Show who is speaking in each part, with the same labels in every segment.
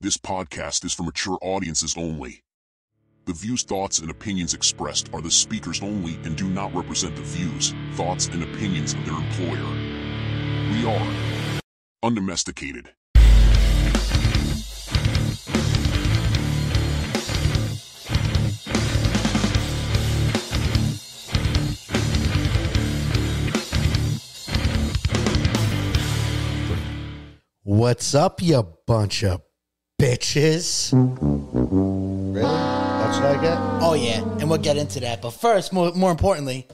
Speaker 1: This podcast is for mature audiences only. The views, thoughts, and opinions expressed are the speakers only and do not represent the views, thoughts, and opinions of their employer. We are undomesticated.
Speaker 2: What's up, you bunch of bitches?
Speaker 3: Really? That's what I get?
Speaker 4: Oh yeah, and we'll get into that. But first, more more importantly,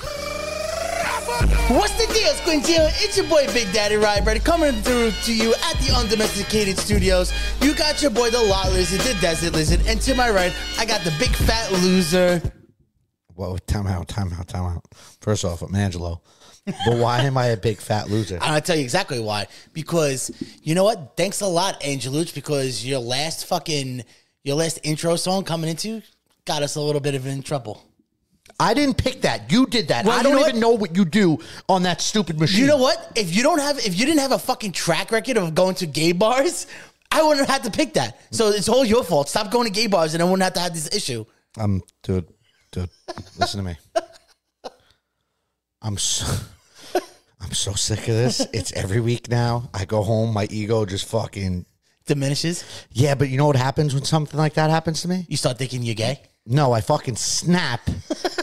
Speaker 4: what's the deal, Squintillo? It's your boy Big Daddy Ryder coming through to you at the Undomesticated Studios. You got your boy the Lot Lizard, the Desert Lizard, and to my right, I got the Big Fat Loser.
Speaker 3: Whoa, time out, time out, time out. First off, I'm Angelo. But why am I a big fat loser?
Speaker 4: And I'll tell you exactly why. Because you know what? Thanks a lot, Angeluch, because your last fucking your last intro song coming into got us a little bit of in trouble.
Speaker 2: I didn't pick that. You did that.
Speaker 4: Well,
Speaker 2: I
Speaker 4: you
Speaker 2: don't
Speaker 4: know
Speaker 2: even
Speaker 4: what?
Speaker 2: know what you do on that stupid machine.
Speaker 4: You know what? If you don't have, if you didn't have a fucking track record of going to gay bars, I wouldn't have had to pick that. So it's all your fault. Stop going to gay bars, and I wouldn't have to have this issue.
Speaker 3: I'm dude, dude, listen to me. I'm so I'm so sick of this. It's every week now. I go home, my ego just fucking
Speaker 4: Diminishes.
Speaker 3: Yeah, but you know what happens when something like that happens to me?
Speaker 4: You start thinking you're gay.
Speaker 3: No, I fucking snap and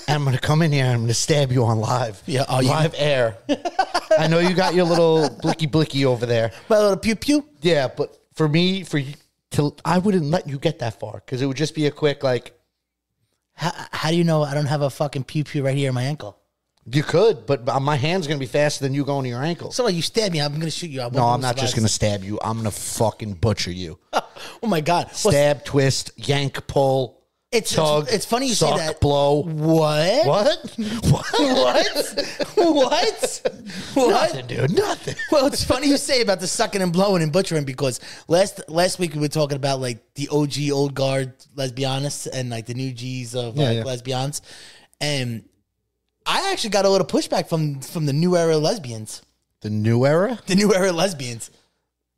Speaker 3: I'm gonna come in here and I'm gonna stab you on live.
Speaker 4: Yeah, oh, you-
Speaker 3: live air. I know you got your little blicky blicky over there.
Speaker 4: My little pew pew.
Speaker 3: Yeah, but for me, for you, to, I wouldn't let you get that far because it would just be a quick like
Speaker 4: How, how do you know I don't have a fucking pew pew right here in my ankle?
Speaker 3: you could, but my hand's gonna be faster than you going to your ankle.
Speaker 4: So you stab me, I'm gonna shoot you. I won't
Speaker 3: no, I'm
Speaker 4: lose
Speaker 3: not just gonna
Speaker 4: survives.
Speaker 3: stab you. I'm gonna fucking butcher you.
Speaker 4: Oh my god. Well,
Speaker 3: Stab, twist, yank, pull,
Speaker 4: it's,
Speaker 3: tug.
Speaker 4: it's it's funny you
Speaker 3: suck,
Speaker 4: say that.
Speaker 3: Blow.
Speaker 4: What?
Speaker 3: What?
Speaker 4: What? what? What?
Speaker 3: nothing, dude. Nothing.
Speaker 4: Well, it's funny you say about the sucking and blowing and butchering because last last week we were talking about like the OG old guard lesbianists and like the new G's of like
Speaker 3: yeah.
Speaker 4: lesbians, and I actually got a little pushback from from the new era lesbians,
Speaker 3: The new era.
Speaker 4: the new era lesbians.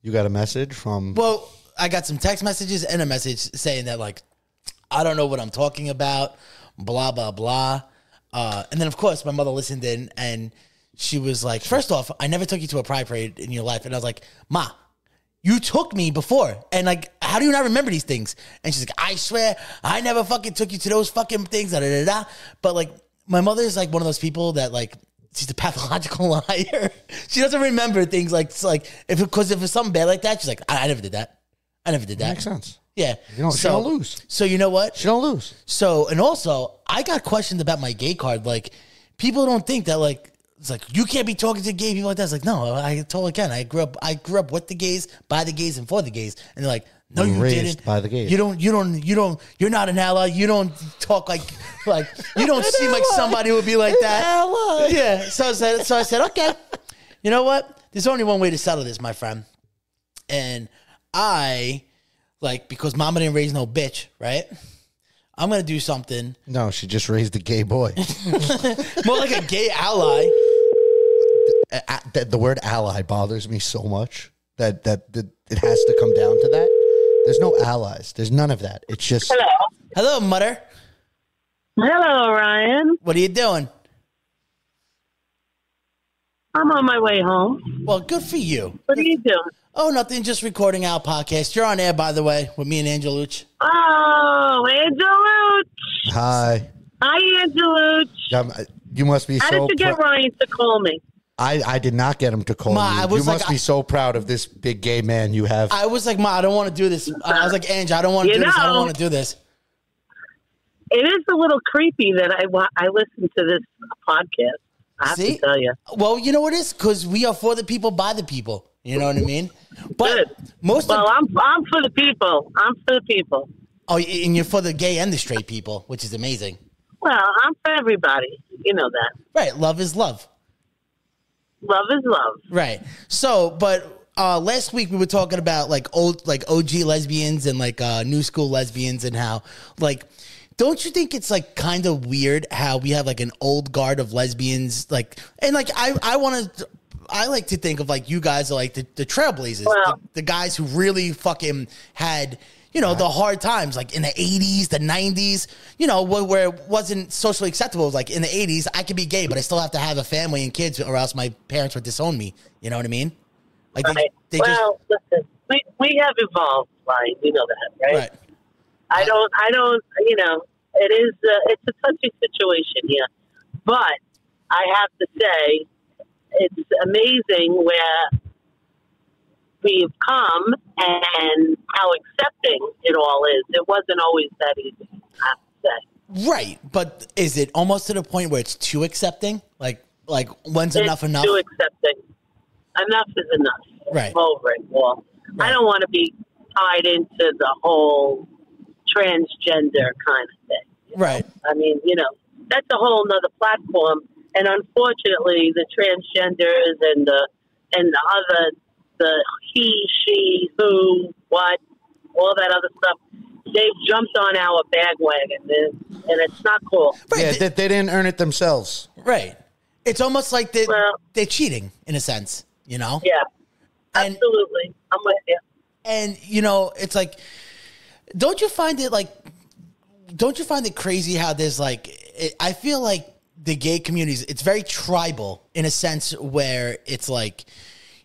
Speaker 3: You got a message from
Speaker 4: Well, I got some text messages and a message saying that like I don't know what I'm talking about, blah blah blah. Uh, and then of course my mother listened in and she was like, first off, I never took you to a pride parade in your life, and I was like, Ma, you took me before, and like, how do you not remember these things? And she's like, I swear, I never fucking took you to those fucking things, da da da. da. But like, my mother is like one of those people that like. She's a pathological liar. she doesn't remember things like it's like if because if it's something bad like that, she's like, I, I never did that. I never did that.
Speaker 3: makes sense.
Speaker 4: Yeah.
Speaker 3: You don't- she don't lose.
Speaker 4: So you know what?
Speaker 3: She don't lose.
Speaker 4: So and also I got questioned about my gay card. Like people don't think that like it's like you can't be talking to gay people like that. It's like, no, I totally can. I grew up I grew up with the gays, by the gays, and for the gays. And they're like, No,
Speaker 3: You
Speaker 4: you
Speaker 3: raised
Speaker 4: didn't.
Speaker 3: by the gays.
Speaker 4: You don't you don't you don't you're not an ally. You don't talk like like you don't seem like somebody who would be like that. Yeah. So I said so I said, Okay. You know what? There's only one way to settle this, my friend. And I like because mama didn't raise no bitch, right? I'm gonna do something
Speaker 3: No, she just raised a gay boy.
Speaker 4: more like a gay ally.
Speaker 3: a- a- the, the word ally bothers me so much that, that that it has to come down to that. There's no allies. There's none of that. It's just
Speaker 4: Hello, mutter.
Speaker 5: Hello, Ryan.
Speaker 4: What are you doing?
Speaker 5: I'm on my way home.
Speaker 4: Well, good for you.
Speaker 5: What are you doing?
Speaker 4: Oh, nothing. Just recording our podcast. You're on air, by the way, with me and Angeluch.
Speaker 5: Oh, Angeluch.
Speaker 3: hi.
Speaker 5: Hi, Angeluch.
Speaker 3: Um, I- you must be
Speaker 5: How
Speaker 3: so.
Speaker 5: did you get
Speaker 3: prou-
Speaker 5: Ryan to call me?
Speaker 3: I I did not get him to call
Speaker 4: Ma,
Speaker 3: you.
Speaker 4: I was
Speaker 3: you
Speaker 4: like,
Speaker 3: must
Speaker 4: I-
Speaker 3: be so proud of this big gay man you have.
Speaker 4: I was like, Ma, I don't want to do this. Uh, I was like, Ange, I don't want to
Speaker 5: You
Speaker 4: do this. I don't
Speaker 5: know.
Speaker 4: want to do this.
Speaker 5: It is a little creepy that I wa- I listen to this podcast. I have
Speaker 4: See?
Speaker 5: to tell you.
Speaker 4: Well, you know what it is? Because we are for the people, by the people. You know what I mean? But
Speaker 5: Good.
Speaker 4: most
Speaker 5: Well,
Speaker 4: of
Speaker 5: I'm I'm for the people. I'm for the people.
Speaker 4: oh, and you're for the gay and the straight people, which is amazing,
Speaker 5: Well, I'm for everybody. You know that.
Speaker 4: right? Love is love.
Speaker 5: Love is love.
Speaker 4: Right. So, but uh, last week we were talking about like old, like OG lesbians and like uh, new school lesbians and how like. Don't you think it's like kind of weird how we have like an old guard of lesbians like and like I I want to I like to think of like you guys are like the, the trailblazers,
Speaker 5: Well-
Speaker 4: the, the guys who really fucking had you know the hard times, like in the eighties, the nineties. You know where, where it wasn't socially acceptable. Like in the eighties, I could be gay, but I still have to have a family and kids, or else my parents would disown me. You know what I mean? Like they,
Speaker 5: Right.
Speaker 4: they
Speaker 5: well, listen, we, we have evolved, Ryan. We know that,
Speaker 4: just
Speaker 5: right?
Speaker 4: right.
Speaker 5: I don't, I don't, you know, it is, uh, it's a touchy situation here. But I have to say, it's amazing where we've come and how accepting it all is. It wasn't always that easy, I have to say.
Speaker 4: Right, but is it almost to the point where it's too accepting? Like, like when's enough
Speaker 5: it's
Speaker 4: enough?
Speaker 5: Too accepting. Enough is enough.
Speaker 4: Right.
Speaker 5: I'm over it. Well,
Speaker 4: Right.
Speaker 5: I don't want to be tied into the whole transgender kind of thing.
Speaker 4: Right,
Speaker 5: I mean, you know, that's a whole nother platform. And unfortunately, the transgenders and the and the other the he, she, who, what, all that other stuff, they've jumped on our bandwagon, and, and it's not cool.
Speaker 4: right,
Speaker 6: Yeah,
Speaker 4: th-
Speaker 6: that they didn't earn it themselves.
Speaker 4: right. It's almost like they
Speaker 5: Well-
Speaker 4: they're cheating in a sense, you know.
Speaker 5: Yeah,
Speaker 4: And-
Speaker 5: absolutely. I'm with you.
Speaker 4: And you know, it's like, don't you find it like, don't you find it crazy how there's like, it, I feel like the gay communities, it's very tribal in a sense where it's like,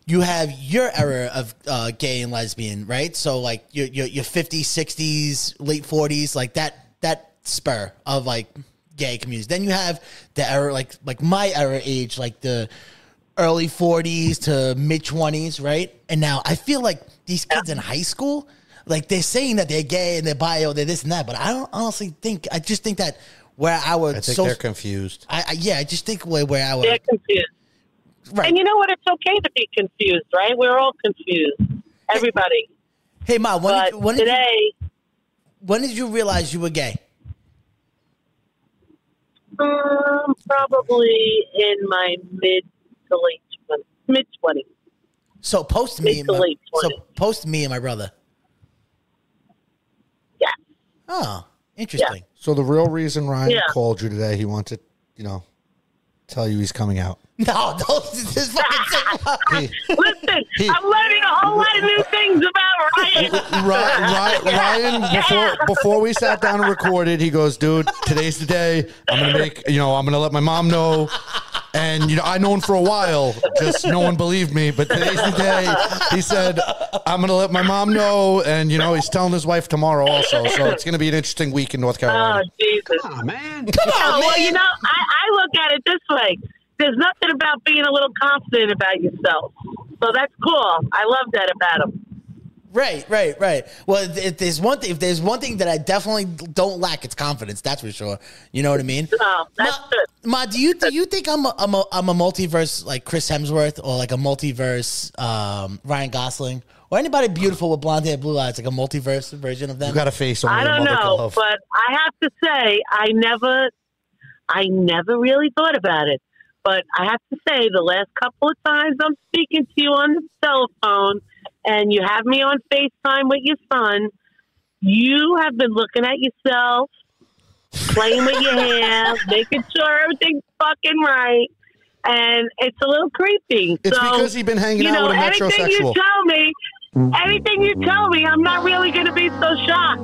Speaker 4: you have your era of uh, gay and lesbian, right? So like your your, your 50s, 60s, late 40s, like that that spur of like gay communities. Then you have the era like like my era age, like the early 40s to mid 20s, right? And now I feel like these kids in high school, like they're saying that they're gay and they're bio, they're this and that, but I don't honestly think I just think that where our
Speaker 6: I think
Speaker 4: so
Speaker 6: they're confused.
Speaker 4: I, I yeah, I just think where where our
Speaker 5: They're confused.
Speaker 4: right.
Speaker 5: And you know what? It's okay to be confused, right? We're all confused. Everybody.
Speaker 4: hey, ma, when did,
Speaker 5: But
Speaker 4: you- when did you-
Speaker 5: today,
Speaker 4: when did you realize you were gay?
Speaker 5: um, probably in my mid to late 20s, mid 20s.
Speaker 4: So post me and
Speaker 5: Mid to
Speaker 4: my,
Speaker 5: late
Speaker 4: so
Speaker 5: 20s.
Speaker 4: post me and my brother.
Speaker 5: Yeah.
Speaker 4: Oh, interesting.
Speaker 6: So the real reason Ryan
Speaker 5: Yeah.
Speaker 6: called you today, he wanted, you know, tell you he's coming out.
Speaker 4: No, don't this is fucking
Speaker 6: He,
Speaker 5: Listen, I'm learning a whole lot of new things about Ryan.
Speaker 6: Ryan, Ryan before before we sat down and recorded, he goes, "Dude, today's the day. I'm gonna make you know. I'm gonna let my mom know." And you know, I known for a while, just no one believed me. But today's the day. He said, "I'm gonna let my mom know." And you know, he's telling his wife tomorrow also. So it's gonna be an interesting week in North
Speaker 5: Oh,
Speaker 6: Carolina.
Speaker 5: Jesus.
Speaker 4: Come on,
Speaker 5: well,
Speaker 4: man.
Speaker 5: you know, I, I look at it this way. There's nothing about being a little confident about yourself. So that's cool. I love that about him.
Speaker 4: Right, right, right. Well, if- if there's one thing, if there's one thing that I definitely don't lack, it's confidence. That's for sure. You know what I mean?
Speaker 5: Oh, that's
Speaker 4: Ma,
Speaker 5: good.
Speaker 4: Ma, do you do you think I'm a, I'm a I'm a multiverse like Chris Hemsworth or like a multiverse um, Ryan Gosling or anybody beautiful with blonde hair, blue eyes, like a multiverse version of them?
Speaker 6: You got a face on
Speaker 5: I
Speaker 6: your
Speaker 5: don't
Speaker 6: mother
Speaker 5: know,
Speaker 6: can love.
Speaker 5: but I have to say, I never, I never really thought about it. But I have to say, the last couple of times I'm speaking to you on the cell phone, and you have me on FaceTime with your son, you have been looking at yourself, playing with your hair, making sure everything's fucking right, and it's a little creepy.
Speaker 6: It's
Speaker 5: so,
Speaker 6: because he's been hanging
Speaker 5: um, you
Speaker 6: out
Speaker 5: know,
Speaker 6: with a
Speaker 5: anything you
Speaker 6: metrosexual. Mm.
Speaker 5: tell me. Anything you tell me, I'm not really going to be so shocked.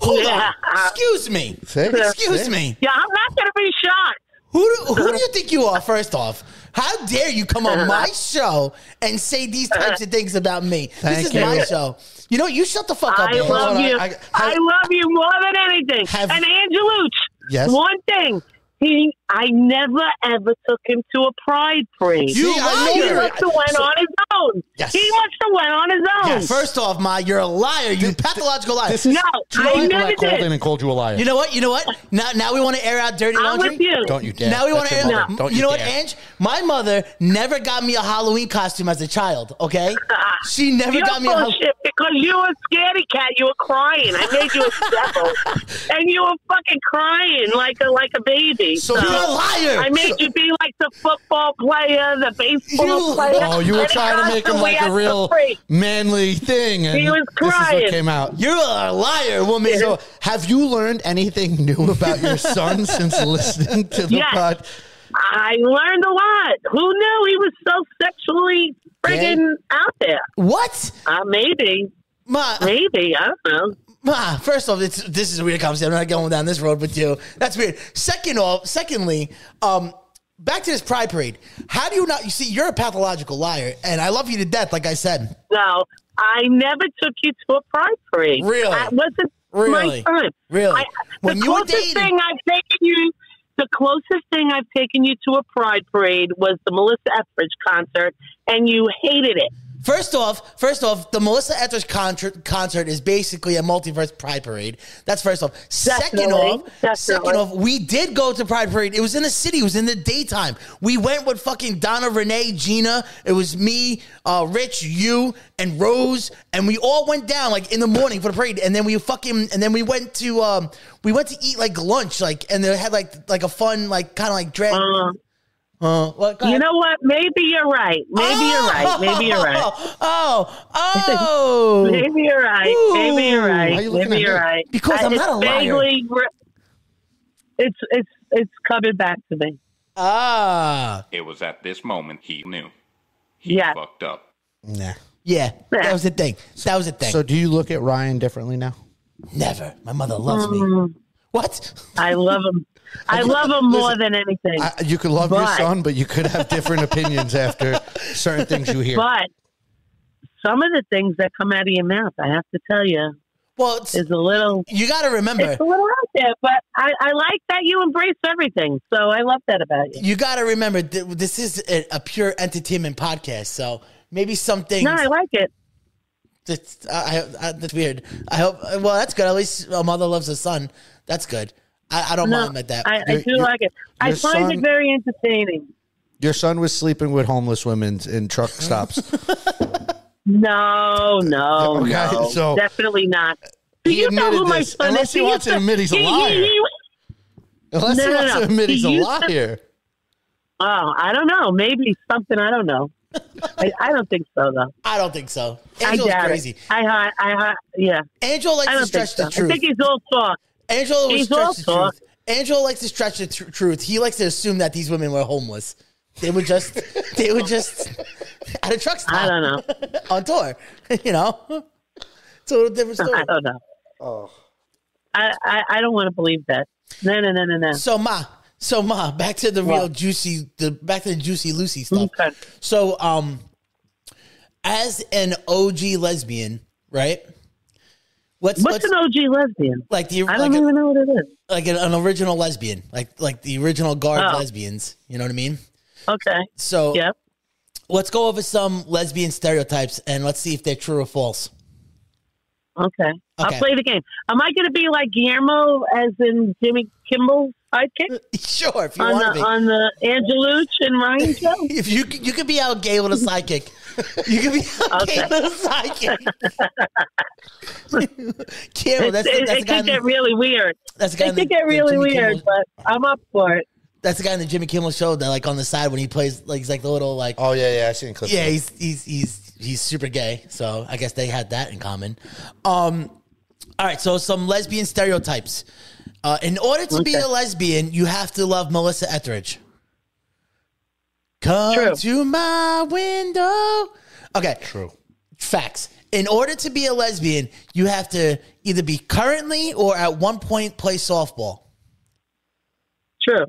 Speaker 4: Hold
Speaker 5: Yeah.
Speaker 4: on. Excuse me.
Speaker 6: See?
Speaker 4: Excuse
Speaker 6: See?
Speaker 4: me.
Speaker 5: Yeah, I'm not going to be shocked.
Speaker 4: Who do, who do you think you are? First off, how dare you come on my show and say these types of things about me?
Speaker 6: Thank
Speaker 4: this is my
Speaker 6: you.
Speaker 4: show. You know, you shut the fuck up.
Speaker 5: I
Speaker 4: man.
Speaker 5: love
Speaker 6: on,
Speaker 5: you.
Speaker 6: I-
Speaker 5: I,
Speaker 6: I- have-
Speaker 5: love you more than anything.
Speaker 6: Have-
Speaker 5: and Angelucci.
Speaker 6: Yes?
Speaker 5: One thing. He, I never ever took him to a pride parade.
Speaker 4: You
Speaker 5: he
Speaker 4: liar.
Speaker 5: must have went on his own.
Speaker 6: Yes.
Speaker 5: He must have went on his own.
Speaker 4: First off, Ma, you're a liar. You pathological liar.
Speaker 6: This is
Speaker 5: No,
Speaker 6: two
Speaker 5: I
Speaker 6: people
Speaker 5: never
Speaker 6: that called
Speaker 5: did.
Speaker 6: in and called you a liar.
Speaker 4: you know what? You know what? Now, now we want to air out dirty
Speaker 5: I'm
Speaker 4: laundry.
Speaker 5: with you.
Speaker 6: Don't you dare.
Speaker 4: Now we want
Speaker 6: That's
Speaker 4: to
Speaker 6: your
Speaker 4: air.
Speaker 6: mother. Don't
Speaker 4: you, know what,
Speaker 6: dare.
Speaker 4: Ange? My mother never got me a Halloween costume as a child. Okay, she never
Speaker 5: You're
Speaker 4: got me a. Hall-
Speaker 5: bullshit because you were a scaredy cat. You were crying. I made you a devil, and you were fucking crying like a like a baby.
Speaker 4: So you're a liar.
Speaker 5: I made you be like the football player, the baseball
Speaker 4: You-
Speaker 5: player.
Speaker 6: Oh, you were
Speaker 5: and
Speaker 6: trying to make him like a
Speaker 5: constantly
Speaker 6: real
Speaker 5: asked for free.
Speaker 6: manly thing. And
Speaker 5: was
Speaker 6: This is
Speaker 5: crying.
Speaker 6: what came out.
Speaker 4: You're a liar, woman.
Speaker 6: So, have you learned anything new about your son since listening to the
Speaker 5: Yes.
Speaker 6: pod?
Speaker 5: I learned a lot. Who knew he was so sexually friggin' out there?
Speaker 4: What?
Speaker 5: Uh, maybe,
Speaker 4: Ma,
Speaker 5: maybe I don't know.
Speaker 4: ma. First off, it's, this is a weird conversation. I'm not going down this road with you. That's weird. Second off, secondly, um, back to this pride parade. How do you not? You see, you're a pathological liar, and I love you to death. Like I said,
Speaker 5: No, I never took you to a pride parade.
Speaker 4: Really?
Speaker 5: That wasn't
Speaker 4: Really?
Speaker 5: my time.
Speaker 4: Really?
Speaker 5: I,
Speaker 4: When
Speaker 5: the
Speaker 4: you were
Speaker 5: closest
Speaker 4: dating-
Speaker 5: thing I've taken you, the closest thing I've taken you to a pride parade was the Melissa Etheridge concert, and you hated it.
Speaker 4: First off, first off, the Melissa Etheridge concert, concert is basically a multiverse pride parade. That's first off. Second
Speaker 5: Definitely.
Speaker 4: off, second
Speaker 5: Definitely.
Speaker 4: off, we did go to pride parade. It was in the city. It was in the daytime. We went with fucking Donna, Renee, Gina. It was me, uh, Rich, you, and Rose, and we all went down like in the morning for the parade. And then we fucking and then we went to um we went to eat like lunch like and they had like like a fun like kind of like drag.
Speaker 5: Uh,
Speaker 4: Uh, well, go
Speaker 5: you
Speaker 4: ahead.
Speaker 5: know what? Maybe you're right. Maybe you're right. Maybe you're right.
Speaker 4: Oh, oh, oh.
Speaker 5: Maybe you're right. Maybe you're right.
Speaker 6: Why are you looking
Speaker 5: Maybe
Speaker 6: at
Speaker 5: you're
Speaker 6: me?
Speaker 5: right.
Speaker 4: Because
Speaker 5: I-
Speaker 4: I'm
Speaker 5: it's
Speaker 4: not a liar.
Speaker 5: vaguely re- it's it's it's coming back to me.
Speaker 4: Ah,
Speaker 7: It was at this moment he knew. He
Speaker 5: Yeah.
Speaker 7: fucked up.
Speaker 6: Nah.
Speaker 4: yeah, that was the thing. That was the thing.
Speaker 6: So do you look at Ryan differently now?
Speaker 4: Never. My mother loves
Speaker 5: Hmm.
Speaker 4: me. What?
Speaker 5: I love him. I love him more than anything.
Speaker 6: I, you could love your
Speaker 5: But-
Speaker 6: son, but you could have different opinions after certain things you hear.
Speaker 5: but some of the things that come out of your mouth, I have to tell you,
Speaker 4: Well, it's,
Speaker 5: is a little
Speaker 4: you got to remember.
Speaker 5: it's a little out there. But I, I like that you embrace everything. So I love that about you.
Speaker 4: You got to remember. Th- this is a, a pure entertainment podcast, so maybe some things.
Speaker 5: No, I like it.
Speaker 4: that's, I, I, that's weird. I hope. Well, that's good. At least a mother loves a son. That's good. I, I don't
Speaker 5: No,
Speaker 4: mind that. that
Speaker 5: I, I
Speaker 6: Your-
Speaker 5: do
Speaker 6: your-
Speaker 5: like it. I
Speaker 6: your
Speaker 5: find
Speaker 6: son-
Speaker 5: it very entertaining.
Speaker 6: Your son was sleeping with homeless women in truck stops.
Speaker 5: No, no,
Speaker 6: Okay,
Speaker 5: no.
Speaker 6: Oh, so-
Speaker 5: definitely not. Do
Speaker 6: He
Speaker 5: you know
Speaker 6: admitted
Speaker 5: who my
Speaker 6: this.
Speaker 5: son
Speaker 6: Unless
Speaker 5: is?
Speaker 6: he wants to
Speaker 5: used
Speaker 6: admit he's a
Speaker 5: he- he-
Speaker 6: liar.
Speaker 5: he-
Speaker 6: Unless
Speaker 5: No,
Speaker 6: he
Speaker 5: no,
Speaker 6: wants
Speaker 5: no.
Speaker 6: to admit he's a
Speaker 5: He used to-
Speaker 6: liar.
Speaker 5: oh, I don't know. Maybe something. I don't know. I, I don't think so, though.
Speaker 4: I don't think so.
Speaker 5: I
Speaker 4: Angela's
Speaker 5: doubt
Speaker 4: crazy.
Speaker 5: it. I, I, I, yeah.
Speaker 4: Angela
Speaker 5: I
Speaker 4: likes to
Speaker 5: don't think
Speaker 4: stretch
Speaker 5: so.
Speaker 4: the truth.
Speaker 5: I think he's all talk.
Speaker 4: Angela will
Speaker 5: He's
Speaker 4: stretch the
Speaker 5: also-
Speaker 4: truth. Angela likes to stretch the tr- truth. He likes to assume that these women were homeless. They were just, they were just at a truck stop.
Speaker 5: I don't know.
Speaker 4: On tour, you know. It's a little different story.
Speaker 5: I don't know. I, I, I don't want to believe that. No, no, no, no, no.
Speaker 4: So ma, so ma, back to the real juicy, the back to the juicy Lucy stuff.
Speaker 5: Okay.
Speaker 4: So um, as an OG lesbian, right? What's,
Speaker 5: What's
Speaker 4: what's
Speaker 5: an OG lesbian?
Speaker 4: like the
Speaker 5: I
Speaker 4: like,
Speaker 5: don't
Speaker 4: a-
Speaker 5: even know what it is.
Speaker 4: like an, an original lesbian, like like the original guard
Speaker 5: Oh.
Speaker 4: lesbians. You know what I mean?
Speaker 5: Okay.
Speaker 4: So
Speaker 5: Yep.
Speaker 4: let's go over some lesbian stereotypes and let's see if they're true or false.
Speaker 5: Okay.
Speaker 4: Okay.
Speaker 5: I'll play the game. Am I going to be like Guillermo as in Jimmy Kimble's sidekick
Speaker 4: sure, if you
Speaker 5: on
Speaker 4: want
Speaker 5: the,
Speaker 4: to be.
Speaker 5: on the Angelucci and Ryan show?
Speaker 4: if you c- you could be out gay with a sidekick, you could be out gay with a sidekick. Carol, Oh, that's,
Speaker 5: it,
Speaker 4: that's,
Speaker 5: it
Speaker 4: the guy
Speaker 5: could
Speaker 4: in
Speaker 5: get
Speaker 4: the,
Speaker 5: really weird.
Speaker 4: that's the guy
Speaker 5: It
Speaker 4: in the,
Speaker 5: could get
Speaker 4: the
Speaker 5: really
Speaker 4: Jimmy
Speaker 5: weird,
Speaker 4: Kimmel-
Speaker 5: but I'm up for it.
Speaker 4: that's the guy in the Jimmy Kimmel show that like on the side when he plays like he's like the little like
Speaker 6: Oh yeah, yeah, I seen clips.
Speaker 4: yeah he's he's he's he's super gay so i guess they had that in common um all right so some lesbian stereotypes uh, in order to be
Speaker 5: Okay.
Speaker 4: a lesbian you have to love melissa etheridge come
Speaker 5: True.
Speaker 4: to my window okay
Speaker 6: True.
Speaker 4: facts in order to be a lesbian you have to either be currently or at one point play softball
Speaker 5: True.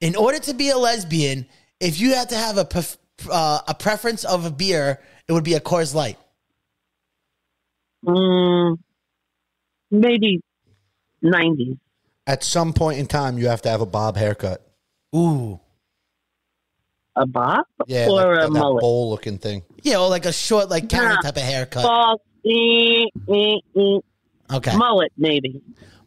Speaker 4: in order to be a lesbian if you had to have a pref- uh, a preference of a beer it would be a Coors Light
Speaker 5: Mm, maybe 90s.
Speaker 6: At some point in time, you have to have a bob haircut.
Speaker 4: Ooh.
Speaker 5: A bob
Speaker 6: Yeah,
Speaker 5: or
Speaker 6: like
Speaker 5: a
Speaker 6: that, that
Speaker 5: mullet?
Speaker 6: bowl looking thing.
Speaker 4: Yeah, or like a short, like Karen
Speaker 5: Nah.
Speaker 4: type of haircut.
Speaker 5: False. Eh, eh, eh.
Speaker 4: Okay.
Speaker 5: Mullet, maybe.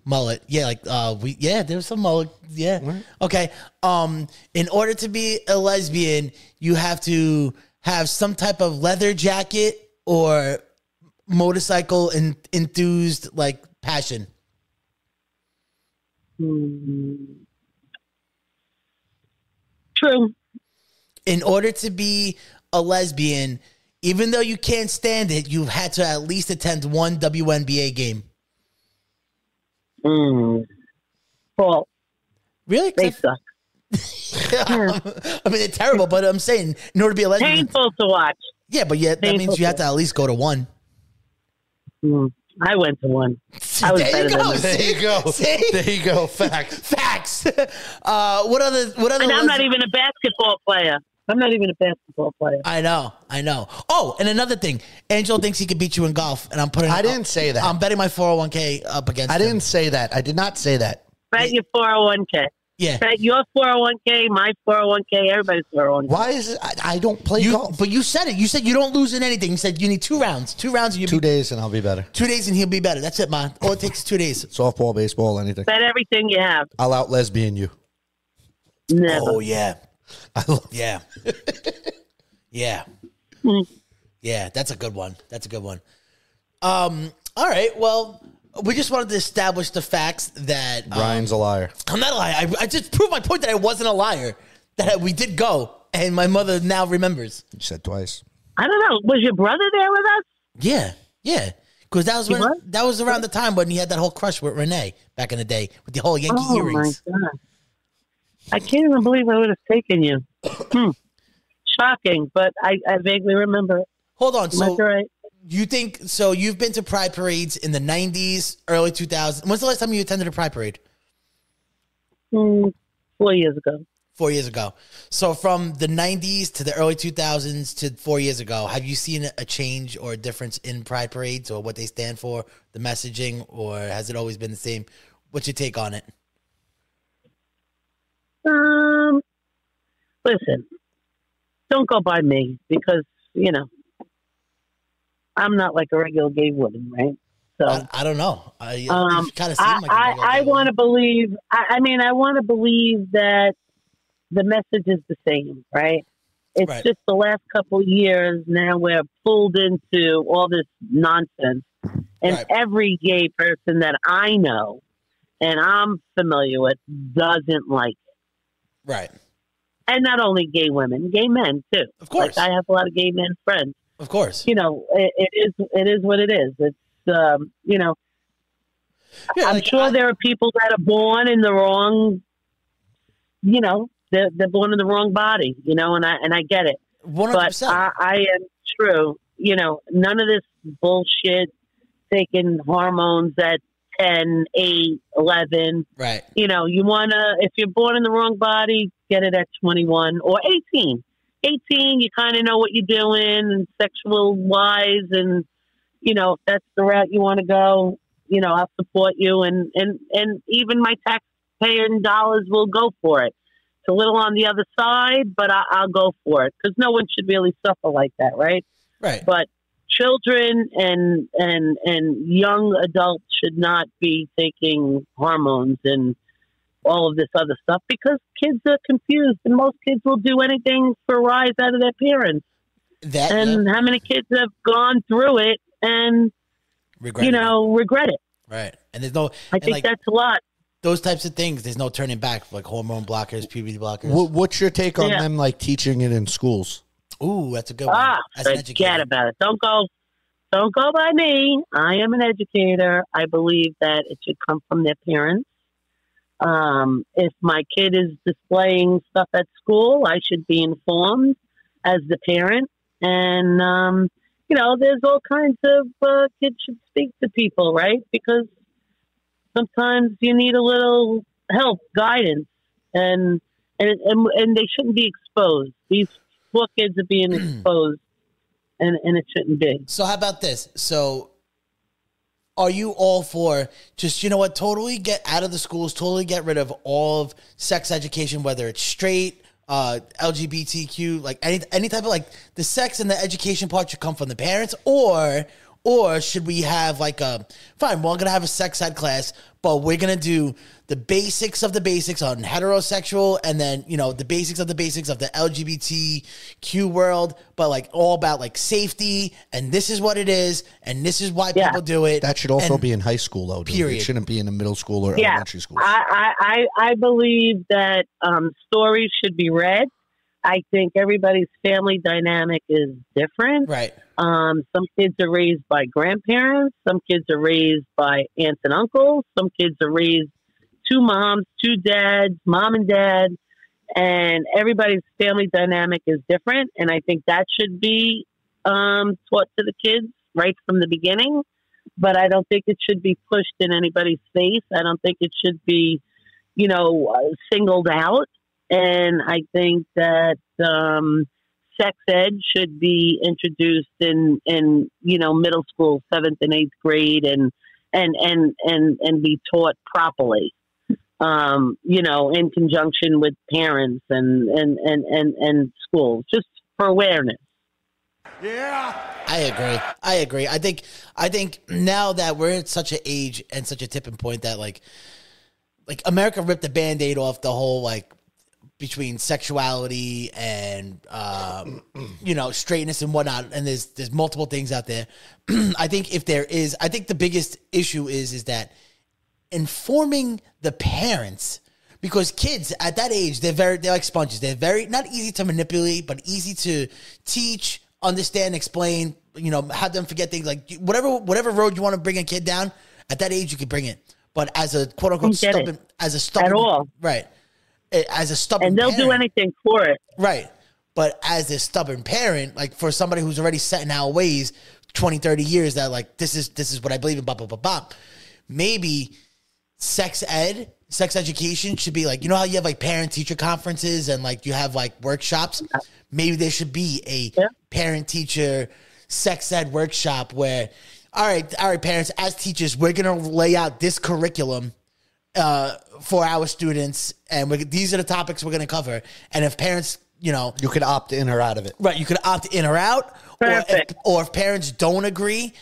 Speaker 4: mullet. Yeah, like uh we yeah, there was some mullet. Yeah. Okay. Um in order to be a lesbian, you have to have some type of leather jacket or motorcycle and enthused like passion.
Speaker 5: Mm. True.
Speaker 4: In order to be a lesbian, even though you can't stand it, you've had to at least attend one WNBA game.
Speaker 5: Mm. False.
Speaker 4: Really?
Speaker 5: They suck.
Speaker 4: I mean, they're terrible, but I'm saying in order to be a legend,
Speaker 5: Painful to watch.
Speaker 4: yeah, but yeah, that
Speaker 5: Painful.
Speaker 4: means you have to at least go to one.
Speaker 5: Mm, I went to one. I was
Speaker 4: there
Speaker 5: better
Speaker 4: you go.
Speaker 5: than that.
Speaker 6: There
Speaker 4: See?
Speaker 6: you go.
Speaker 4: See?
Speaker 6: There you go. Facts.
Speaker 4: Facts. Uh, what other? What other?
Speaker 5: And I'm
Speaker 4: legends-
Speaker 5: not e- even a basketball player. I'm not even a basketball player.
Speaker 4: I know, I know. Oh, and another thing, Angelo thinks he could beat you in golf, and I'm putting.
Speaker 3: I didn't say that.
Speaker 4: I'm betting my 401k up against.
Speaker 3: I
Speaker 4: him.
Speaker 3: didn't say that. I did not say that.
Speaker 5: Bet your 401k.
Speaker 4: Yeah,
Speaker 5: Bet your 401k, my 401k, everybody's 401k.
Speaker 3: Why is it, I, I don't play
Speaker 4: you.
Speaker 3: golf?
Speaker 4: But you said it. You said you don't lose in anything. You said you need two rounds. Two rounds. You
Speaker 6: Two
Speaker 4: two,
Speaker 6: days and I'll be better.
Speaker 4: two days, and he'll be better. That's it, man. All it takes is two days.
Speaker 6: Softball, baseball, anything.
Speaker 5: Bet everything you have.
Speaker 6: I'll out lesbian you.
Speaker 5: Never.
Speaker 4: Oh yeah,
Speaker 6: I love
Speaker 4: yeah, yeah, yeah. That's a good one. That's a good one. Um. All right. Well, we just wanted to establish the facts that um,
Speaker 6: Ryan's a liar.
Speaker 4: I'm not a liar. I, I just proved my point that I wasn't a liar. That we did go, and my mother now remembers.
Speaker 6: You said twice.
Speaker 5: I don't know. Was your brother there with us?
Speaker 4: Yeah, yeah. Because that was when
Speaker 5: was?
Speaker 4: that was around the time when he had that whole crush with Renee back in the day with the whole Yankee
Speaker 5: Oh
Speaker 4: earrings.
Speaker 5: my god! I can't even believe I would have taken you. Hmm. Shocking, but I, I vaguely remember. it.
Speaker 4: Hold on.
Speaker 5: Am I
Speaker 4: So
Speaker 5: correct?
Speaker 4: you think so? You've been to pride parades in the '90s, early 2000s. When's the last time you attended a pride parade?
Speaker 5: Hmm, four years ago.
Speaker 4: Four years ago. So from the '90s to the early 2000s to four years ago, have you seen a change or a difference in pride parades or what they stand for, the messaging, or has it always been the same? What's your take on it?
Speaker 5: Um, listen, don't go by me because you know I'm not like a regular gay woman, right? So
Speaker 4: I, I don't know. I,
Speaker 5: Um,
Speaker 4: kind of seem
Speaker 5: I,
Speaker 4: like a
Speaker 5: I,
Speaker 4: regular
Speaker 5: I
Speaker 4: gay
Speaker 5: want to believe. I, I mean, I want to believe that the message is the same, right? It's
Speaker 4: Right.
Speaker 5: just the last couple of years now we're pulled into all this nonsense, and
Speaker 4: Right.
Speaker 5: every gay person that I know and I'm familiar with doesn't like,
Speaker 4: woman. right?
Speaker 5: it. and not only gay women, gay men too.
Speaker 4: Of course,
Speaker 5: Like I have a lot of gay men friends
Speaker 4: of course.
Speaker 5: you know, it, it is it is what it is. It's um, you know,
Speaker 4: Yeah,
Speaker 5: I'm
Speaker 4: like,
Speaker 5: sure
Speaker 4: I-
Speaker 5: there are people that are born in the wrong, you know, they're they're born in the wrong body, you know, and I and I get it,
Speaker 4: One hundred
Speaker 5: but
Speaker 4: percent.
Speaker 5: I, I am true, you know, none of this bullshit, taking hormones at 10, 8, 11,
Speaker 4: Right,
Speaker 5: you know, you want to, if you're born in the wrong body, get it at 21 or 18. 18, you kind of know what you're doing and sexual wise. And, you know, if that's the route you want to go, you know, I'll support you. And, and, and even my taxpayer dollars will go for it. It's a little on the other side, but I, I'll go for it because no one should really suffer like that, right?
Speaker 4: right.
Speaker 5: But children and and and young adults should not be taking hormones and all of this other stuff because kids are confused and most kids will do anything for a rise out of their parents.
Speaker 4: That
Speaker 5: And
Speaker 4: yeah,
Speaker 5: how many kids have gone through it and
Speaker 4: regret,
Speaker 5: you know regret it?
Speaker 4: right. And there's no.
Speaker 5: I
Speaker 4: and
Speaker 5: think
Speaker 4: like,
Speaker 5: that's a lot.
Speaker 4: those types of things. There's no turning back. Like hormone blockers, puberty blockers.
Speaker 6: What, what's your take on
Speaker 5: Yeah.
Speaker 6: them like teaching it in schools?
Speaker 4: Ooh, that's a good one.
Speaker 5: Ah,
Speaker 4: As an
Speaker 5: forget
Speaker 4: educator,
Speaker 5: about it. Don't go. Don't go by me. I am an educator. I believe that it should come from their parents. Um, if my kid is displaying stuff at school, I should be informed as the parent. And um, you know, there's all kinds of uh, kids should speak to people, right? Because sometimes you need a little help, guidance, and and and, and they shouldn't be exposed. These poor kids are being exposed, and and it shouldn't be.
Speaker 4: So how about this? So are you all for just you know what totally get out of the schools totally get rid of all of sex education whether it's straight uh lgbtq like any any type of like the sex and the education part should come from the parents or or should we have like a fine we're gonna have a sex ed class but we're gonna do the basics of the basics on heterosexual and then you know the basics of the basics of the lgbtq world but like all about like safety and this is what it is and this is why
Speaker 5: Yeah.
Speaker 4: people do it
Speaker 6: That should also
Speaker 4: and-
Speaker 6: be in high school, though. Dude. It
Speaker 4: Period.
Speaker 6: shouldn't be in the middle school or
Speaker 5: Yeah.
Speaker 6: elementary school.
Speaker 5: I I I, I believe that um, stories should be read. I think everybody's family dynamic is different.
Speaker 4: right.
Speaker 5: Um, some kids are raised by grandparents. Some kids are raised by aunts and uncles. Some kids are raised two moms, two dads, mom and dad. and everybody's family dynamic is different. And I think that should be um, taught to the kids right from the beginning. But I don't think it should be pushed in anybody's face. I don't think it should be, you know, uh, singled out. And I think that um, sex ed should be introduced in, in you know middle school, seventh and eighth grade, and and and and and be taught properly um, you know, in conjunction with parents and, and, and, and, and schools, just for awareness.
Speaker 4: I agree. I agree. I think I think now that we're at such an age and such a tipping point that like like America ripped the band-aid off the whole like between sexuality and um, you know straightness and whatnot and there's there's multiple things out there i think if there is i think the biggest issue is is that informing the parents because kids at that age they're very they're like sponges they're very not easy to manipulate but easy to teach understand explain you know have them forget things like you- whatever whatever road you want to bring a kid down at that age you could bring it but as a quote unquote
Speaker 5: Don't get it.
Speaker 4: stubborn as a stubborn
Speaker 5: all.
Speaker 4: right Eh, as a stubborn
Speaker 5: And they'll do
Speaker 4: parent-
Speaker 5: anything for it.
Speaker 4: Right. But as a stubborn parent, like for somebody who's already set in our ways 20, 30 years that like this is this is what I believe in, blah, blah, blah, blah. Maybe sex ed, sex education should be like, you know how you have like parent teacher conferences and like you have like workshops? Maybe there should be a
Speaker 5: Yeah.
Speaker 4: parent teacher sex ed workshop where all right, all right, parents, as teachers, we're gonna lay out this curriculum uh, for our students, and we're, these are the topics we're going to cover. And if parents, you know,
Speaker 3: You could opt in or out of it.
Speaker 4: right, you could opt in or out, or if,
Speaker 5: Perfect.
Speaker 4: or if parents don't agree,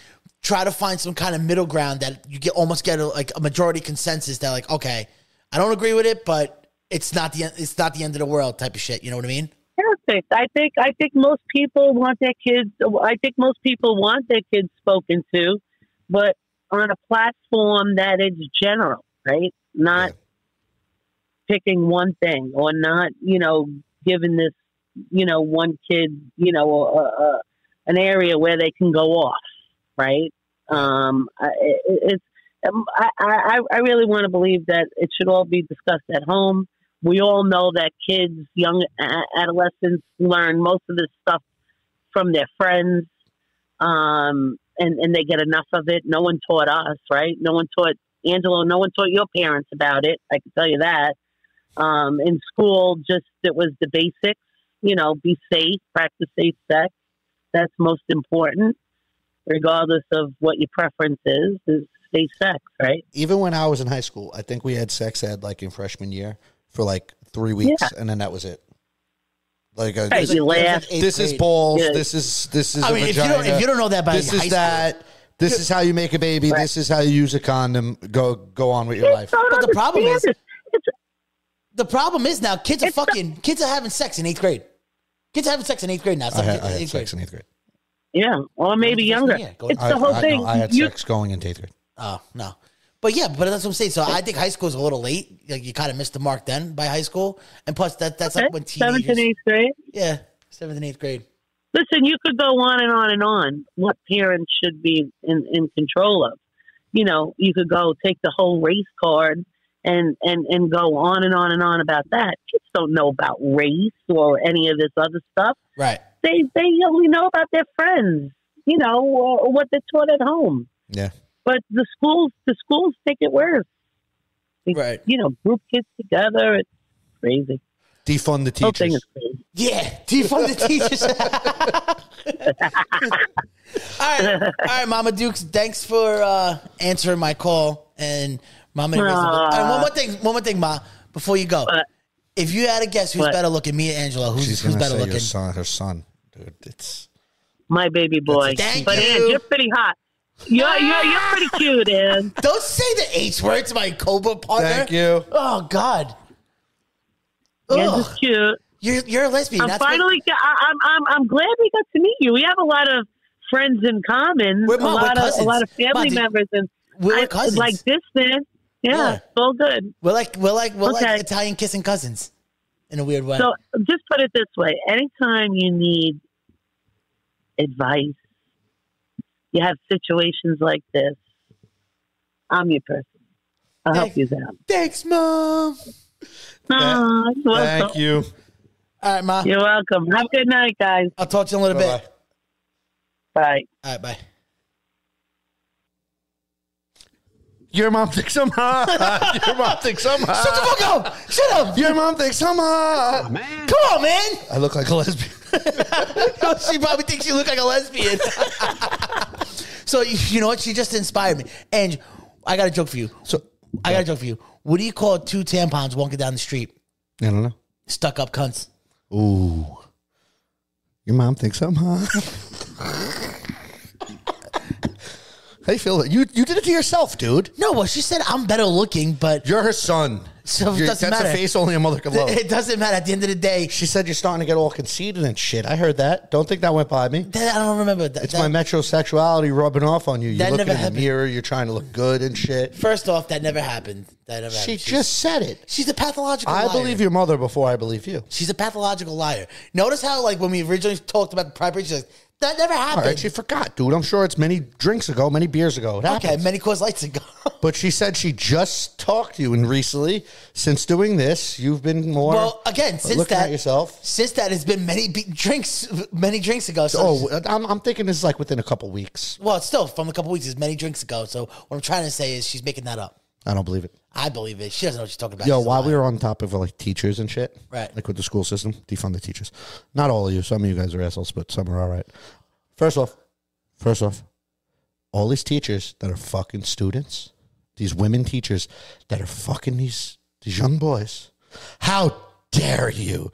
Speaker 4: try to find some kind of middle ground that you get almost get a, like a majority consensus that like, okay, I don't agree with it, but it's not the en- it's not the end of the world type of shit. You know what I mean?
Speaker 5: Perfect. I think I think most people want their kids. I think most people want their kids spoken to, but on a platform that is general, right? Not picking one thing or not, you know, giving this, you know, one kid, you know, a, a, a- an area where they can go off, right? Um, I, it, it's. um, I, I, I really want to believe that it should all be discussed at home we all know that kids, young a- adolescents, learn most of this stuff from their friends, um, and and they get enough of it. No one taught us, right? No one taught Angelo. No one taught your parents about it. I can tell you that. Um, in school, just it was the basics. You know, be safe, practice safe sex. That's most important, regardless of what your preference is. Is safe sex, right?
Speaker 3: Even when I was in high school, I think we had sex ed like in freshman year for like three weeks, and then that was it. Like, I,
Speaker 5: Right, you laugh.
Speaker 6: This is balls.
Speaker 5: Yeah.
Speaker 6: This is this is.
Speaker 4: I
Speaker 6: a
Speaker 4: mean, if you
Speaker 6: vagina.
Speaker 4: don't if you don't know that by
Speaker 6: this
Speaker 4: high
Speaker 6: is
Speaker 4: school-
Speaker 6: that. This is how you make a baby. This is how you use a condom. Go go on with your life.
Speaker 5: Don't
Speaker 4: But the problem
Speaker 5: understand
Speaker 4: is-
Speaker 5: this. it's
Speaker 4: The problem is now kids are fucking kids are having sex in eighth grade. Kids are having sex in eighth grade now.
Speaker 6: I
Speaker 4: Some
Speaker 6: had,
Speaker 4: kids
Speaker 6: I
Speaker 4: in
Speaker 6: had
Speaker 4: eighth
Speaker 6: sex
Speaker 4: grade.
Speaker 6: in eighth grade.
Speaker 5: Yeah, or maybe
Speaker 4: Yeah,
Speaker 5: younger.
Speaker 4: go
Speaker 5: it's
Speaker 6: I,
Speaker 5: the whole
Speaker 6: I,
Speaker 5: thing.
Speaker 6: No, I had
Speaker 5: You-
Speaker 6: sex going into eighth grade.
Speaker 4: Oh no, but yeah, but that's what I'm saying. So I think high school is a little late. Like you kind of missed the mark then by high school, and plus that that's
Speaker 5: okay,
Speaker 4: like when
Speaker 5: eh? seventh and
Speaker 4: teenagers.
Speaker 5: eighth grade.
Speaker 4: Yeah, seventh and eighth grade.
Speaker 5: Listen, you could go on and on and on. What parents should be in, in control of. You know, you could go take the whole race card and and and go on and on and on about that. Kids don't know about race or any of this other stuff.
Speaker 4: Right.
Speaker 5: They they only know about their friends. You know, or, or what they're taught at home.
Speaker 6: Yeah.
Speaker 5: But the schools the schools take it worse. They,
Speaker 4: Right.
Speaker 5: You know, group kids together. It's crazy.
Speaker 6: Defund the
Speaker 5: The whole thing
Speaker 6: teachers.
Speaker 5: is crazy.
Speaker 4: Yeah, defund the teachers. all right, all right, Mama Dukes. Thanks for uh, answering my call, and Mama. and Rizzo-
Speaker 5: Aw.
Speaker 4: And one more thing, one more thing, Ma. Before you go,
Speaker 5: What?
Speaker 4: if you had to guess who's
Speaker 5: What?
Speaker 4: better looking, me or Angela, who's,
Speaker 6: She's
Speaker 4: who's
Speaker 6: gonna
Speaker 4: better
Speaker 6: say
Speaker 4: looking?
Speaker 6: your son, her son, dude. It's
Speaker 5: my baby boy.
Speaker 4: Thank
Speaker 5: but
Speaker 4: you.
Speaker 5: Ann, you're pretty hot. You're, you're, you're pretty cute, Ann.
Speaker 4: Don't say the H word to my Cobra partner.
Speaker 6: Thank you.
Speaker 4: Oh God.
Speaker 5: You're
Speaker 4: Ugh.
Speaker 5: just cute.
Speaker 4: You're you're a lesbian.
Speaker 5: I'm
Speaker 4: That's what-
Speaker 5: finally. I, I'm, I'm I'm glad we got to meet you. We have a lot of friends in common.
Speaker 4: We're-
Speaker 5: a
Speaker 4: Mom, we're
Speaker 5: lot of a
Speaker 4: cousins.
Speaker 5: lot of
Speaker 4: Mom,
Speaker 5: family
Speaker 4: did-
Speaker 5: members and
Speaker 4: we're
Speaker 5: I-
Speaker 4: cousins.
Speaker 5: like distant. Yeah,
Speaker 4: Yeah.
Speaker 5: it's all good.
Speaker 4: we're like we're like we're
Speaker 5: Okay.
Speaker 4: like Italian kissing cousins in a weird way.
Speaker 5: So just put it this way: anytime you need advice, you have situations like this. I'm your person. I'll help you out.
Speaker 4: Thanks, mom.
Speaker 5: Ah, you're welcome.
Speaker 6: Thank you.
Speaker 4: All right, Ma.
Speaker 5: You're welcome. Have a good night, guys.
Speaker 4: I'll talk to you in a little
Speaker 6: Bye-bye.
Speaker 4: bit.
Speaker 5: Bye.
Speaker 4: All right, bye.
Speaker 6: Your mom thinks I'm hot. Your mom thinks I'm
Speaker 4: Shut the
Speaker 6: hot.
Speaker 4: fuck up! Shut up!
Speaker 6: Your mom thinks I'm hot.
Speaker 4: Come on, Oh, man!
Speaker 6: I look like a lesbian.
Speaker 4: she probably thinks you look like a lesbian. so you, you know what? She just inspired me. And I got a joke for you.
Speaker 6: So
Speaker 4: I got a joke for you. What do you call two tampons walking down the street?
Speaker 6: I don't know.
Speaker 4: Stuck up cunts.
Speaker 6: Ooh. Your mom thinks I'm hot. hey, Phil, you, you did it to yourself, dude.
Speaker 4: No, well, she said I'm better looking, but
Speaker 6: You're her son.
Speaker 4: So it
Speaker 6: You're-
Speaker 4: doesn't
Speaker 6: that's
Speaker 4: matter.
Speaker 6: a face only a mother could love.
Speaker 4: it doesn't matter. At the end of the day,
Speaker 3: She said you're starting to get all conceited and shit. I heard that. Don't think that went by me.
Speaker 4: that, I don't remember. That,
Speaker 3: It's
Speaker 4: that-
Speaker 3: my metrosexuality rubbing off on you. You
Speaker 4: That
Speaker 3: look
Speaker 4: never
Speaker 3: in the
Speaker 4: happened.
Speaker 3: mirror. You're trying to look good and shit.
Speaker 4: first off, that never happened. That never
Speaker 3: She
Speaker 4: happened. She's-
Speaker 3: just said it.
Speaker 4: she's a pathological.
Speaker 3: I
Speaker 4: liar.
Speaker 3: believe your mother before I believe you.
Speaker 4: She's a pathological liar. Notice how, like, when we originally talked about the primary, she's like, that never
Speaker 3: All
Speaker 4: happened.
Speaker 3: right, she forgot, dude. I'm sure it's many drinks ago, many beers ago. It
Speaker 4: okay,
Speaker 3: happens.
Speaker 4: many cause lights ago.
Speaker 3: But she said she just talked to you, and recently, since doing this, you've been more
Speaker 4: well, again, since
Speaker 3: looking
Speaker 4: that
Speaker 3: at yourself.
Speaker 4: Since that, it's been many be- drinks, many drinks ago. So
Speaker 3: Oh, I'm, I'm thinking this is like within a couple weeks.
Speaker 4: well, it's still from a couple weeks. It's many drinks ago. So what I'm trying to say is she's making that up.
Speaker 3: I don't believe it.
Speaker 4: I believe it. She doesn't know what she's talking about.
Speaker 3: Yo,
Speaker 4: She's a
Speaker 3: while we
Speaker 4: liar.
Speaker 3: were on topic of like teachers and shit,
Speaker 4: Right.
Speaker 3: Like with the school system, defund the teachers. Not all of you. Some of you guys are assholes, but some are all right. First off, first off, all these teachers that are fucking students, these women teachers that are fucking these these young boys. How dare you?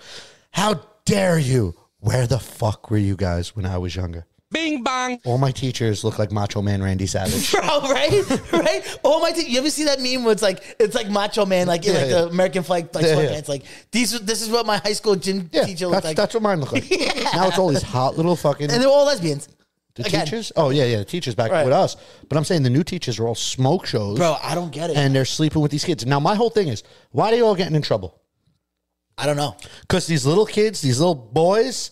Speaker 3: How dare you? Where the fuck were you guys when I was younger?
Speaker 8: Bing bong.
Speaker 3: All my teachers look like Macho Man Randy Savage.
Speaker 4: Bro, right, right. Oh my! T- you ever see that meme where it's like it's like Macho Man, like in
Speaker 3: Yeah,
Speaker 4: like
Speaker 3: yeah.
Speaker 4: the American flag, like
Speaker 3: Yeah, yeah.
Speaker 4: sweatpants. Like these, this is what my high school gym
Speaker 3: Yeah,
Speaker 4: teacher
Speaker 3: that's,
Speaker 4: looked like,
Speaker 3: that's what mine look like. Now it's all these hot little fucking
Speaker 4: and they're all lesbians.
Speaker 3: The
Speaker 4: Again.
Speaker 3: teachers? Oh yeah, yeah. The teachers back
Speaker 4: Right.
Speaker 3: with us, but I'm saying the new teachers are all smoke shows,
Speaker 4: Bro, I don't get it.
Speaker 3: and they're sleeping with these kids. Now my whole thing is, why are they all getting in trouble?
Speaker 4: I don't know.
Speaker 3: Because these little kids, these little boys,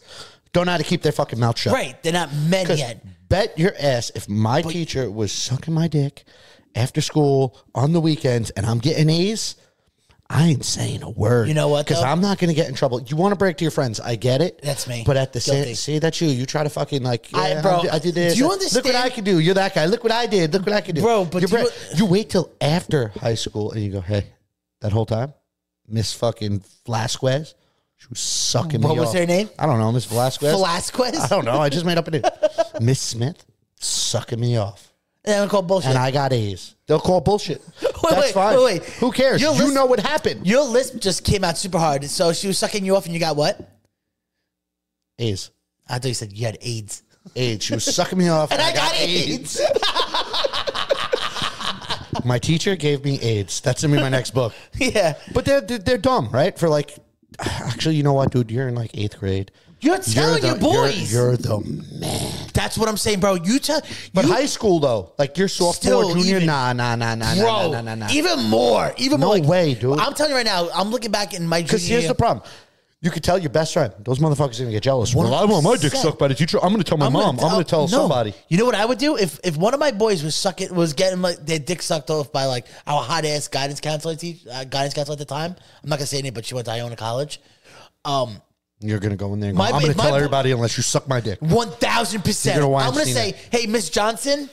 Speaker 3: don't know how to keep their fucking mouth shut.
Speaker 4: Right? They're not men
Speaker 3: 'Cause
Speaker 4: yet.
Speaker 3: bet your ass if my teacher was sucking my dick after school on the weekends and I'm getting A's, I ain't saying a word.
Speaker 4: You know what,
Speaker 3: Because
Speaker 4: though?
Speaker 3: I'm not going to get in trouble. You want to break to your friends. I get it.
Speaker 4: That's me.
Speaker 3: But at the
Speaker 4: Guilty.
Speaker 3: same, see, that's you. You try to fucking like,
Speaker 4: I-
Speaker 3: yeah, I,
Speaker 4: bro,
Speaker 3: bro, I did this.
Speaker 4: do you
Speaker 3: Look
Speaker 4: understand-
Speaker 3: what I can do. You're that guy. Look what I did. Look what I can do.
Speaker 4: Bro, but
Speaker 3: You're
Speaker 4: do you-
Speaker 3: bra- you wait till after high school and you go, hey, that whole time, Miss fucking Velasquez, she was sucking me
Speaker 4: What was
Speaker 3: off.
Speaker 4: her name?
Speaker 3: I don't know, Miss Velasquez.
Speaker 4: Velasquez.
Speaker 3: I don't know. I just made up a name. Miss Smith sucking me off.
Speaker 4: And I'm called bullshit.
Speaker 3: And I got A's. They'll call bullshit. That's
Speaker 4: wait,
Speaker 3: fine.
Speaker 4: wait, wait.
Speaker 3: Who cares?
Speaker 4: You're
Speaker 3: you
Speaker 4: listen-
Speaker 3: know what happened.
Speaker 4: Your lisp just came out super hard. So she was sucking you off, and you got what?
Speaker 3: A's.
Speaker 4: I thought you said you had AIDS.
Speaker 3: AIDS. She was sucking me off.
Speaker 4: And I got AIDS.
Speaker 3: My teacher gave me AIDS. That's gonna be my next book.
Speaker 4: yeah.
Speaker 3: But they're, they're they're dumb, right? For like, actually, you know what, dude? You're in like eighth grade.
Speaker 4: You're telling
Speaker 3: the-
Speaker 4: your boys.
Speaker 3: You're, you're the man.
Speaker 4: That's what I'm saying, bro. You tell.
Speaker 3: But
Speaker 4: you,
Speaker 3: high school though, like your sophomore,
Speaker 4: Still,
Speaker 3: junior,
Speaker 4: even-
Speaker 3: nah, nah, nah, nah, nah,
Speaker 4: bro,
Speaker 3: nah, nah, nah.
Speaker 4: even more. Even
Speaker 3: No
Speaker 4: more. like-
Speaker 3: way, dude.
Speaker 4: I'm telling you right now, I'm looking back in my
Speaker 3: Because
Speaker 4: junior
Speaker 3: here's
Speaker 4: year.
Speaker 3: the problem. You could tell your best friend. Those motherfuckers are gonna get jealous.
Speaker 4: Well, I want my dick sucked
Speaker 3: by the teacher. I'm gonna tell my
Speaker 4: I'm gonna tell- no. You know what I would do if if one of my boys was sucking was getting like their dick sucked off by like our hot ass guidance counselor teach, uh, guidance counselor at the time. I'm not gonna say any, but she went to Iona College. Um,
Speaker 3: You're gonna go in there. And
Speaker 4: My
Speaker 3: go, I'm
Speaker 4: ba-
Speaker 3: gonna
Speaker 4: my
Speaker 3: tell
Speaker 4: bo-
Speaker 3: everybody unless you suck my dick.
Speaker 4: one thousand percent.
Speaker 3: You're gonna
Speaker 4: I'm
Speaker 3: Weinstein
Speaker 4: gonna say,
Speaker 3: it.
Speaker 4: hey, Miss Johnson,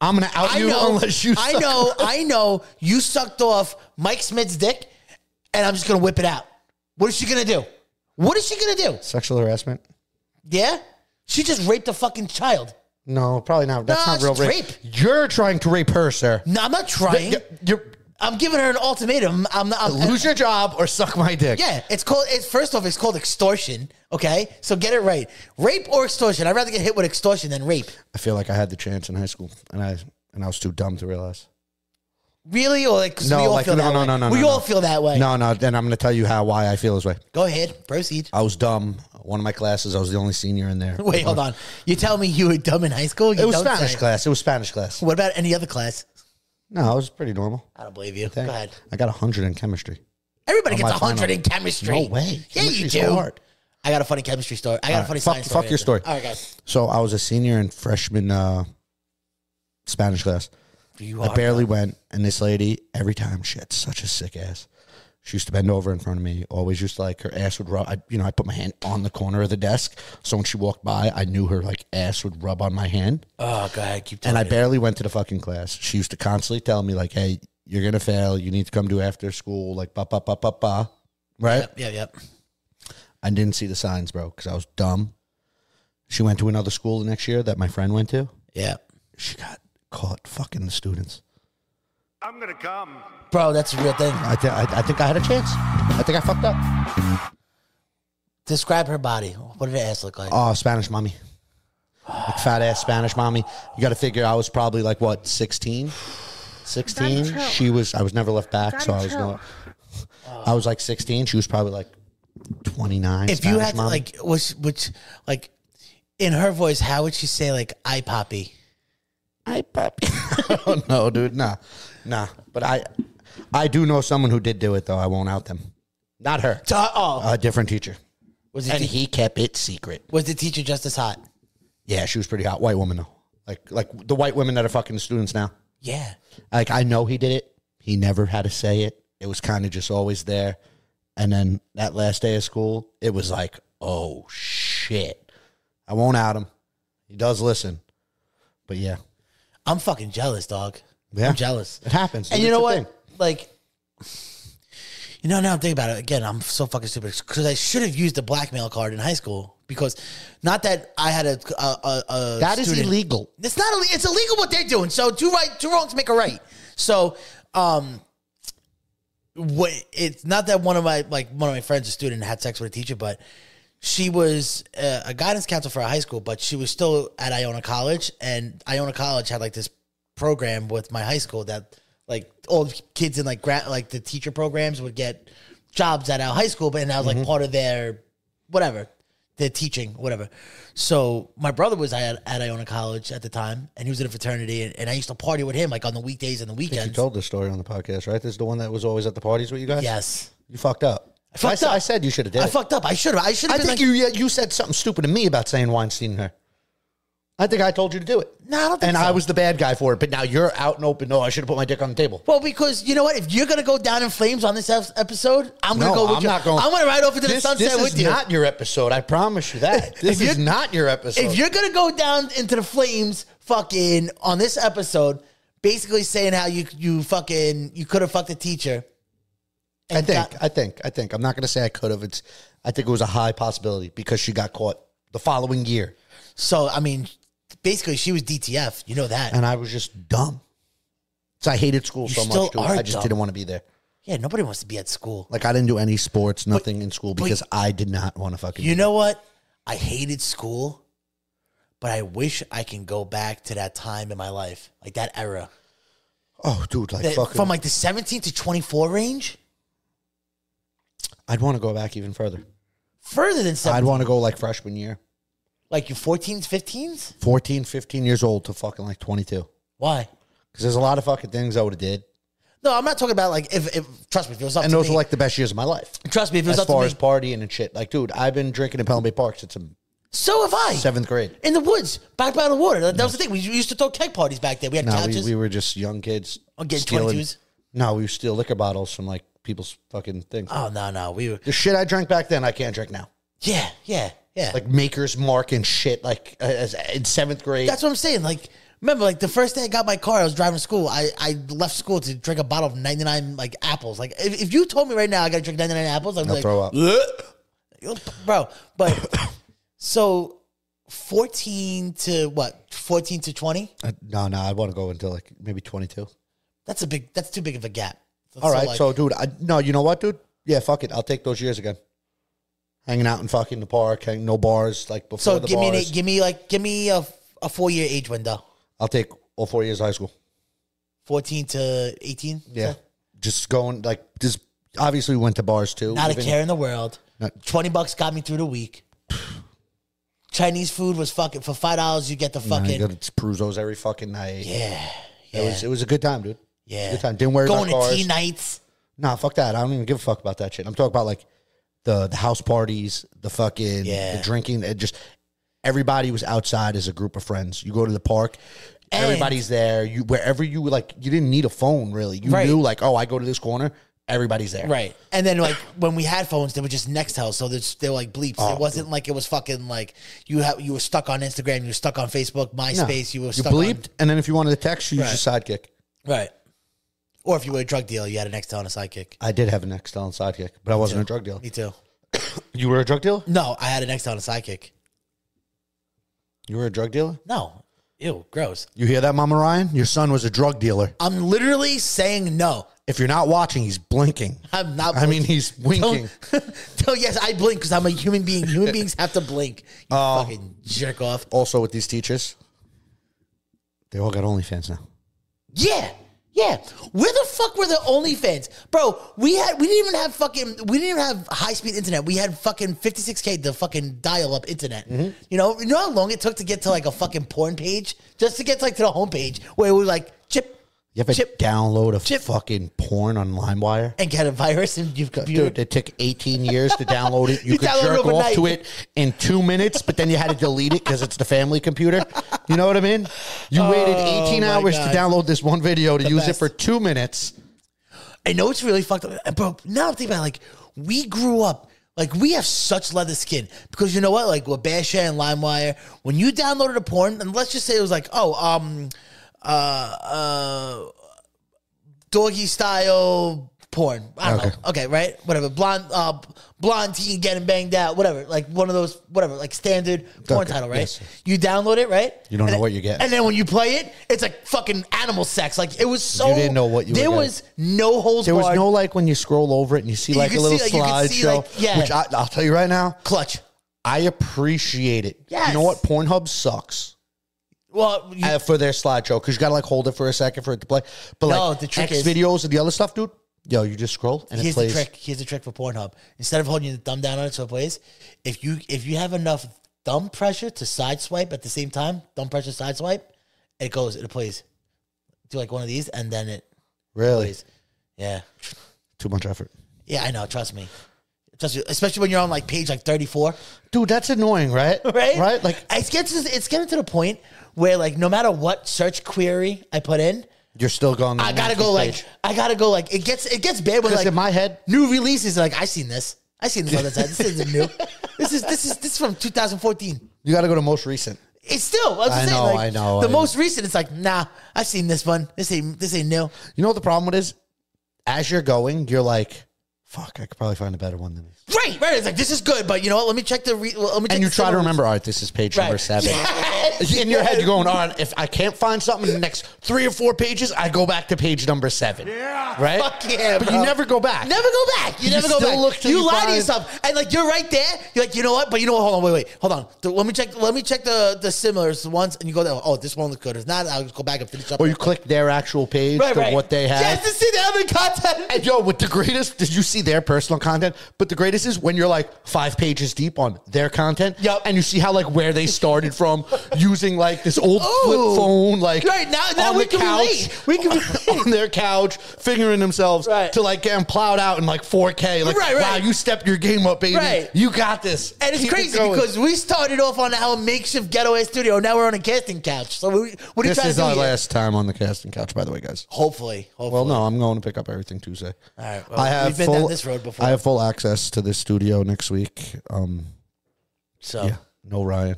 Speaker 3: I'm gonna out
Speaker 4: I
Speaker 3: you
Speaker 4: know,
Speaker 3: unless you.
Speaker 4: I
Speaker 3: suck-
Speaker 4: know, I know. You sucked off Mike Smith's dick, and I'm just gonna whip it out. What is she gonna do? What is she gonna do?
Speaker 3: Sexual harassment?
Speaker 4: Yeah, she just raped a fucking child.
Speaker 3: No, probably not. That's
Speaker 4: No,
Speaker 3: not real
Speaker 4: it's
Speaker 3: rape.
Speaker 4: rape.
Speaker 3: You're trying to rape her, sir.
Speaker 4: No, I'm not trying.
Speaker 3: You're, you're-
Speaker 4: I'm giving her an ultimatum. I'm, I'm,
Speaker 3: lose your job or suck my dick.
Speaker 4: Yeah, it's called. It's first off, it's called extortion. Okay, so get it right. Rape or extortion? I'd rather get hit with extortion than rape.
Speaker 3: I feel like I had the chance in high school, and I and I was too dumb to realize.
Speaker 4: Really? Or like? 'cause
Speaker 3: No,
Speaker 4: we all
Speaker 3: like,
Speaker 4: feel
Speaker 3: no,
Speaker 4: that
Speaker 3: no,
Speaker 4: way.
Speaker 3: no, no,
Speaker 4: We
Speaker 3: no,
Speaker 4: all
Speaker 3: no.
Speaker 4: feel that way.
Speaker 3: No, no. Then I'm gonna tell you how why I feel this way.
Speaker 4: Go ahead. Proceed.
Speaker 3: I was dumb. One of my classes, I was the only senior in there.
Speaker 4: Wait, hold on. You tell me you were dumb in high school? You
Speaker 3: It was
Speaker 4: don't
Speaker 3: Spanish
Speaker 4: say.
Speaker 3: class. It was Spanish class.
Speaker 4: What about any other class?
Speaker 3: No, it was pretty normal.
Speaker 4: I don't believe you.
Speaker 3: Thank-
Speaker 4: Go ahead.
Speaker 3: I got 100 in chemistry.
Speaker 4: Everybody
Speaker 3: On
Speaker 4: gets
Speaker 3: my
Speaker 4: hundred
Speaker 3: final.
Speaker 4: in chemistry.
Speaker 3: No way.
Speaker 4: Yeah, you
Speaker 3: Chemistry's
Speaker 4: do.
Speaker 3: hard.
Speaker 4: I got a funny chemistry story. I got a funny
Speaker 3: fuck-
Speaker 4: science
Speaker 3: fuck
Speaker 4: story.
Speaker 3: your story.
Speaker 4: All right, guys.
Speaker 3: So I was a senior and freshman uh, Spanish class.
Speaker 4: You
Speaker 3: I barely went, and this lady, every time, she had such a sick ass. She used to bend over in front of me. Always used to like her ass would rub. I, you know, I put my hand on the corner of the desk, so when she walked by, I knew her like ass would rub on my hand.
Speaker 4: Oh, go ahead, keep
Speaker 3: And
Speaker 4: talking.
Speaker 3: I barely went to the fucking class. She used to constantly tell me like, "Hey, you're gonna fail. You need to come do after school." Like, ba ba ba ba ba. Right.
Speaker 4: Yep, yep, yep.
Speaker 3: I didn't see the signs, bro, because I was dumb. She went to another school the next year that my friend went to.
Speaker 4: yep.
Speaker 3: She got caught fucking the students.
Speaker 4: Bro, that's a real thing.
Speaker 3: I, th- I, I think I had a chance. I think I fucked up.
Speaker 4: Describe her body. What did her ass look like?
Speaker 3: Oh, Spanish mommy. Like fat ass Spanish mommy. You got to figure I was probably like what, 16? 16. She was I was never left back, so I was no I was like 16, she was probably like 29.
Speaker 4: if you
Speaker 3: Spanish
Speaker 4: had to,
Speaker 3: mommy.
Speaker 4: like, which, which, like, in her voice, how would she say like "I poppy"?
Speaker 3: I puppy. I don't know, Oh, dude. Nah. Nah. But I I do know someone who did do it though. I won't out them. Not her.
Speaker 4: To- oh,
Speaker 3: A different teacher.
Speaker 4: was the,
Speaker 3: And
Speaker 4: te-
Speaker 3: he kept it secret.
Speaker 4: was the teacher just as hot?
Speaker 3: Yeah, she was pretty hot. White woman though. Like like the white women that are fucking students now.
Speaker 4: Yeah.
Speaker 3: like I know he did it. He never had to say it. It was kind of just always there. And then that last day of school, it was like, oh shit. I won't out him. He does listen. But yeah.
Speaker 4: I'm fucking jealous, dog.
Speaker 3: Yeah.
Speaker 4: I'm jealous.
Speaker 3: It happens.
Speaker 4: And
Speaker 3: dude.
Speaker 4: you
Speaker 3: It's
Speaker 4: know
Speaker 3: a thing.
Speaker 4: what? Like, you know, now I'm thinking about it again. I'm so fucking stupid because I should have used the blackmail card in high school because not that I had a a, a, a
Speaker 3: That is
Speaker 4: student-
Speaker 3: illegal.
Speaker 4: It's not ille- it's illegal what they're doing. So two right, two wrongs make a right. So, um, what it's not that one of my like one of my friends, a student, had sex with a teacher, but she was uh, a guidance counselor for a high school, but she was still at Iona College, and Iona College had like this program with my high school that like all the kids in like grad like the teacher programs would get jobs at our high school, but and that was like part of their whatever their teaching whatever. So my brother was at, at Iona College at the time, and he was in a fraternity, and, and I used to party with him like on the weekdays and the
Speaker 3: I think you
Speaker 4: weekends.
Speaker 3: told this story on the podcast, right? This is the one that was always at the parties with you guys?
Speaker 4: Yes.
Speaker 3: You fucked up. I,
Speaker 4: fucked
Speaker 3: s-
Speaker 4: up.
Speaker 3: I said you should have did
Speaker 4: I
Speaker 3: it.
Speaker 4: fucked up. I should have. I should
Speaker 3: I
Speaker 4: have
Speaker 3: think
Speaker 4: been like,
Speaker 3: you yeah, you said something stupid to me about saying Weinstein and her. I think I told you to do it.
Speaker 4: No, I don't think
Speaker 3: And
Speaker 4: so.
Speaker 3: I was the bad guy for it, but now you're out and open. No, I should have put my dick on the table.
Speaker 4: Well, because you know what? If you're gonna go down in flames on this ep- episode, I'm gonna
Speaker 3: No,
Speaker 4: go with
Speaker 3: I'm
Speaker 4: you.
Speaker 3: not going-
Speaker 4: I'm gonna ride off into the
Speaker 3: this,
Speaker 4: sunset
Speaker 3: this
Speaker 4: with
Speaker 3: is
Speaker 4: you.
Speaker 3: not your episode. I promise you that. This
Speaker 4: you're-
Speaker 3: is not your episode.
Speaker 4: if you're gonna go down into the flames, fucking on this episode, basically saying how you you fucking you could have fucked a teacher.
Speaker 3: I think,
Speaker 4: got-
Speaker 3: I think, I think. I'm not going to say I could have. It's. I think it was a high possibility because she got caught the following year,
Speaker 4: So I mean, basically she was DTF. You know that?
Speaker 3: and I was just dumb. So I hated school
Speaker 4: You
Speaker 3: so
Speaker 4: still
Speaker 3: much. Too.
Speaker 4: are
Speaker 3: I just
Speaker 4: dumb.
Speaker 3: didn't want to be there.
Speaker 4: yeah. Nobody wants to be at school.
Speaker 3: Like I didn't do any sports, nothing in school
Speaker 4: but-
Speaker 3: because I did not want to fucking.
Speaker 4: You know what? I hated school, but I wish I can go back to that time in my life, like that era.
Speaker 3: oh, dude, like
Speaker 4: that-
Speaker 3: fucking.
Speaker 4: from like the 17 to 24 range
Speaker 3: I'd want to go back even further.
Speaker 4: further than
Speaker 3: I'd
Speaker 4: 17
Speaker 3: want to go like freshman year,
Speaker 4: like your 14s 15s
Speaker 3: 14, 15 years old to fucking like 22.
Speaker 4: why
Speaker 3: Because there's a lot of fucking things I would have did,
Speaker 4: no i'm not talking about like if, if trust me if it was up
Speaker 3: and
Speaker 4: to
Speaker 3: those
Speaker 4: me,
Speaker 3: were like the best years of my life.
Speaker 4: trust me if it was
Speaker 3: as
Speaker 4: up to
Speaker 3: far
Speaker 4: me
Speaker 3: as partying and shit. Like, dude, I've been drinking in Pelham Bay Park since I'm
Speaker 4: so have i
Speaker 3: seventh grade.
Speaker 4: in the woods back by the water that, that was the thing we used to throw keg parties back there we had
Speaker 3: No, we,
Speaker 4: couches
Speaker 3: we were just young kids.
Speaker 4: Oh, getting
Speaker 3: stealing-
Speaker 4: 22s?
Speaker 3: No, we would steal liquor bottles from like people's fucking things.
Speaker 4: oh no no we were
Speaker 3: the shit I drank back then, I can't drink now.
Speaker 4: yeah yeah yeah
Speaker 3: Like Maker's Mark and shit. Like uh, as, in seventh grade,
Speaker 4: that's what i'm saying like remember like the first day i got my car i was driving to school i, I left school to drink a bottle of 99 like apples like if, if you told me right now i gotta drink 99 apples i'd be
Speaker 3: I'll
Speaker 4: like
Speaker 3: throw up.
Speaker 4: bro. But so fourteen to what? Fourteen to twenty?
Speaker 3: Uh, no, no, I want to go until like maybe twenty two.
Speaker 4: That's a big. That's too big of a gap.
Speaker 3: All right,
Speaker 4: like,
Speaker 3: so dude, I, no, you know what, dude? Yeah, fuck it. I'll take those years again. Hanging out in fucking the park, hang, no bars like before.
Speaker 4: so
Speaker 3: the
Speaker 4: give me an,
Speaker 3: bars.
Speaker 4: eight- give me like give me a a four year age window.
Speaker 3: I'll take all four years of high school.
Speaker 4: Fourteen to eighteen.
Speaker 3: Yeah. Just going like just obviously we went to bars too.
Speaker 4: Not
Speaker 3: even-
Speaker 4: a care in the world.
Speaker 3: Not-
Speaker 4: Twenty bucks got me through the week. Chinese food was fucking for five dollars. You get the
Speaker 3: No, you
Speaker 4: fucking
Speaker 3: go to Peruzzo's every fucking night.
Speaker 4: yeah,
Speaker 3: It was it was a good time, dude.
Speaker 4: yeah.
Speaker 3: Good time. Didn't worry
Speaker 4: Going
Speaker 3: about
Speaker 4: to
Speaker 3: cars.
Speaker 4: tea nights.
Speaker 3: Nah, fuck that. I don't even give a fuck about that shit. I'm talking about like the, the house parties, the fucking
Speaker 4: Yeah.
Speaker 3: the drinking, it just everybody was outside as a group of friends. You go to the park,
Speaker 4: And-
Speaker 3: everybody's there. You wherever you like you didn't need a phone really. You
Speaker 4: Right.
Speaker 3: knew like, oh, I go to this corner, everybody's there.
Speaker 4: Right. And then like when we had phones, they were just Nextel, so there's they were like bleeps.
Speaker 3: Oh.
Speaker 4: it wasn't like it was fucking like you have you were stuck on Instagram, you were stuck on Facebook, MySpace, you were
Speaker 3: You
Speaker 4: stuck
Speaker 3: bleeped, and then if you wanted to text, you used your sidekick.
Speaker 4: on Right. Or if you were a drug dealer, you had a Nextel and a sidekick.
Speaker 3: I did have an ex on sidekick, but I wasn't a drug dealer.
Speaker 4: Me too.
Speaker 3: You were a drug dealer?
Speaker 4: No, I had a Nextel and a sidekick.
Speaker 3: You were a drug dealer?
Speaker 4: No. Ew, gross.
Speaker 3: You hear that, Mama Ryan? Your son was a drug dealer.
Speaker 4: I'm literally saying no.
Speaker 3: If you're not watching, he's blinking.
Speaker 4: I'm not.
Speaker 3: I mean, he's winking.
Speaker 4: so yes, I blink because I'm a human being. Human beings have to blink. You fucking jerk off.
Speaker 3: Also, with these teachers, they all got OnlyFans now.
Speaker 4: Yeah. Yeah. Where the fuck were the OnlyFans? Bro, we had we didn't even have fucking we didn't even have high speed internet. We had fucking 56k the fucking dial up internet. You know, you know how long it took to get to like a fucking porn page? Just to get like to the homepage where we like chip
Speaker 3: You have to
Speaker 4: Chip.
Speaker 3: download a
Speaker 4: Chip.
Speaker 3: fucking porn on LimeWire.
Speaker 4: and get a virus and you've computer.
Speaker 3: Dude, it took 18 years to download it. You,
Speaker 4: You
Speaker 3: could
Speaker 4: download it
Speaker 3: jerk off
Speaker 4: overnight.
Speaker 3: to it in two minutes, but then you had to delete it because it's the family computer. You know what I mean? You waited 18
Speaker 4: Oh my
Speaker 3: hours
Speaker 4: God.
Speaker 3: to download this one video to use it
Speaker 4: best.
Speaker 3: for two minutes.
Speaker 4: I know it's really fucked up, bro. Now I'm thinking about it, like we grew up, like we have such leather skin because you know what, like with Basha and LimeWire, when you downloaded a porn, and let's just say it was like, oh, um, uh, uh, doggy style porn. I don't know. Okay, right, whatever. Blonde, uh, blonde teen getting banged out, whatever. Like one of those, whatever, like standard porn
Speaker 3: Okay,
Speaker 4: title, right?
Speaker 3: yes.
Speaker 4: You download it, right?
Speaker 3: You don't know
Speaker 4: And then-
Speaker 3: what you get.
Speaker 4: And then when you play it, it's like fucking animal sex. Like it was so.
Speaker 3: You didn't know what you were
Speaker 4: There
Speaker 3: getting.
Speaker 4: was no holes
Speaker 3: There was
Speaker 4: barred.
Speaker 3: no like when you scroll over it and you see
Speaker 4: You
Speaker 3: like
Speaker 4: could
Speaker 3: a little
Speaker 4: see, like, you could see,
Speaker 3: slideshow.
Speaker 4: like, yeah.
Speaker 3: Which I, I'll tell you right now,
Speaker 4: clutch.
Speaker 3: I appreciate it. You
Speaker 4: Yes.
Speaker 3: know what? Pornhub sucks.
Speaker 4: Well, you,
Speaker 3: uh, for their slideshow because you got to like hold it for a second for it to play. But
Speaker 4: No,
Speaker 3: like
Speaker 4: the trick
Speaker 3: X
Speaker 4: is-
Speaker 3: videos and the other stuff, dude. Yo, you just scroll and it
Speaker 4: here's the
Speaker 3: plays.
Speaker 4: trick. Here's the trick for Pornhub. Instead of holding your thumb down on it so it plays, if you if you have enough thumb pressure to side swipe at the same time, thumb pressure side swipe, it goes. It plays. Do like one of these, and then it
Speaker 3: Really,
Speaker 4: plays. Yeah,
Speaker 3: too much effort,
Speaker 4: yeah, I know. Trust me. Trust me. Especially when you're on like page like 34,
Speaker 3: dude. That's annoying, right?
Speaker 4: right?
Speaker 3: right. Like
Speaker 4: it's getting to, it's getting to the point where like no matter what search query I put in,
Speaker 3: you're still going.
Speaker 4: I gotta go like I gotta go like it gets it gets bad when
Speaker 3: because
Speaker 4: like
Speaker 3: in my head,
Speaker 4: new releases. Like I seen this. I seen this on the side. This isn't new. This is this is this is from 2014.
Speaker 3: you got to go to most recent.
Speaker 4: It's still. I, was
Speaker 3: I
Speaker 4: saying,
Speaker 3: know,
Speaker 4: like,
Speaker 3: I know,
Speaker 4: The
Speaker 3: I
Speaker 4: most recent, it's like nah. I've seen this one. This ain't this ain't new.
Speaker 3: You know what the problem is? As you're going, you're like, fuck. I could probably find a better one than this.
Speaker 4: Right, right. It's like this is good, but you know what? Let me check the. Re- well, let me. check
Speaker 3: And you
Speaker 4: the
Speaker 3: try to
Speaker 4: summaries.
Speaker 3: remember, all right, this is page number
Speaker 4: Right.
Speaker 3: seven.
Speaker 4: Yes.
Speaker 3: In your head, you're going, all right, if I can't find something in the next three or four pages, I go back to page number seven. Yeah. Right?
Speaker 4: Fuck yeah,
Speaker 3: But
Speaker 4: bro.
Speaker 3: you never go back.
Speaker 4: Never go back. You
Speaker 3: You
Speaker 4: never go
Speaker 3: still
Speaker 4: back.
Speaker 3: look till
Speaker 4: you,
Speaker 3: you
Speaker 4: lie to
Speaker 3: find-
Speaker 4: yourself, and like you're right there. You're like, you know what? But you know what? Hold on, wait, wait, hold on. Th- Let me check. Let me check the the similars ones, and you go there. Oh, this one looks good. If not, I'll just go back and finish up.
Speaker 3: Or you click their actual page
Speaker 4: Right,
Speaker 3: to
Speaker 4: right.
Speaker 3: what they have.
Speaker 4: Just to see the other content.
Speaker 3: And yo, with the greatest, did you see their personal content? But the greatest is when you're like five pages deep on their content.
Speaker 4: Yup.
Speaker 3: And you see how like where they started from using like this old
Speaker 4: Ooh.
Speaker 3: flip phone, like
Speaker 4: Right, now- now we can relate. We can relate.
Speaker 3: on their couch, figuring themselves
Speaker 4: Right.
Speaker 3: to like getting plowed out in like 4K. Like,
Speaker 4: Right, right.
Speaker 3: wow, you stepped your game up, baby.
Speaker 4: Right.
Speaker 3: You got this.
Speaker 4: And it's
Speaker 3: Keep it
Speaker 4: crazy
Speaker 3: going.
Speaker 4: because we started off on our makeshift getaway studio. Now we're on a casting couch. So we, what are you
Speaker 3: this
Speaker 4: trying to
Speaker 3: is
Speaker 4: do?
Speaker 3: our
Speaker 4: here?
Speaker 3: last time on the casting couch, by the way, guys.
Speaker 4: Hopefully, hopefully.
Speaker 3: Well, no, I'm going to pick up everything Tuesday.
Speaker 4: All right, well,
Speaker 3: I have
Speaker 4: we've been
Speaker 3: full,
Speaker 4: down this road before.
Speaker 3: I have full access to this studio next week. Um,
Speaker 4: So
Speaker 3: yeah, no Ryan,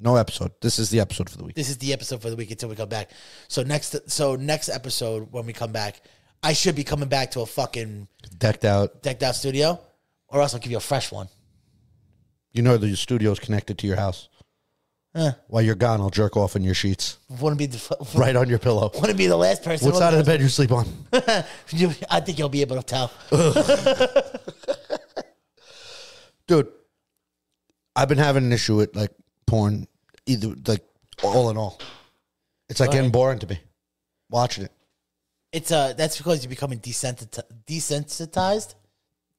Speaker 3: no episode. This is the episode for the week.
Speaker 4: this is the episode for the week until we come back. So next, so next episode when we come back, I should be coming back to a fucking
Speaker 3: Decked out.
Speaker 4: decked out studio, or else I'll give you a fresh one.
Speaker 3: You know the studio's connected to your house.
Speaker 4: Eh.
Speaker 3: While you're gone, I'll jerk off in your sheets,
Speaker 4: Wouldn't be the
Speaker 3: right on your pillow.
Speaker 4: Wouldn't be the last person.
Speaker 3: What side of the bed you sleep on?
Speaker 4: You- I think you'll be able to tell.
Speaker 3: dude i've been having an issue with like porn either like all in all it's like getting boring to me watching it
Speaker 4: It's uh that's because you're becoming desensitized. desensitized.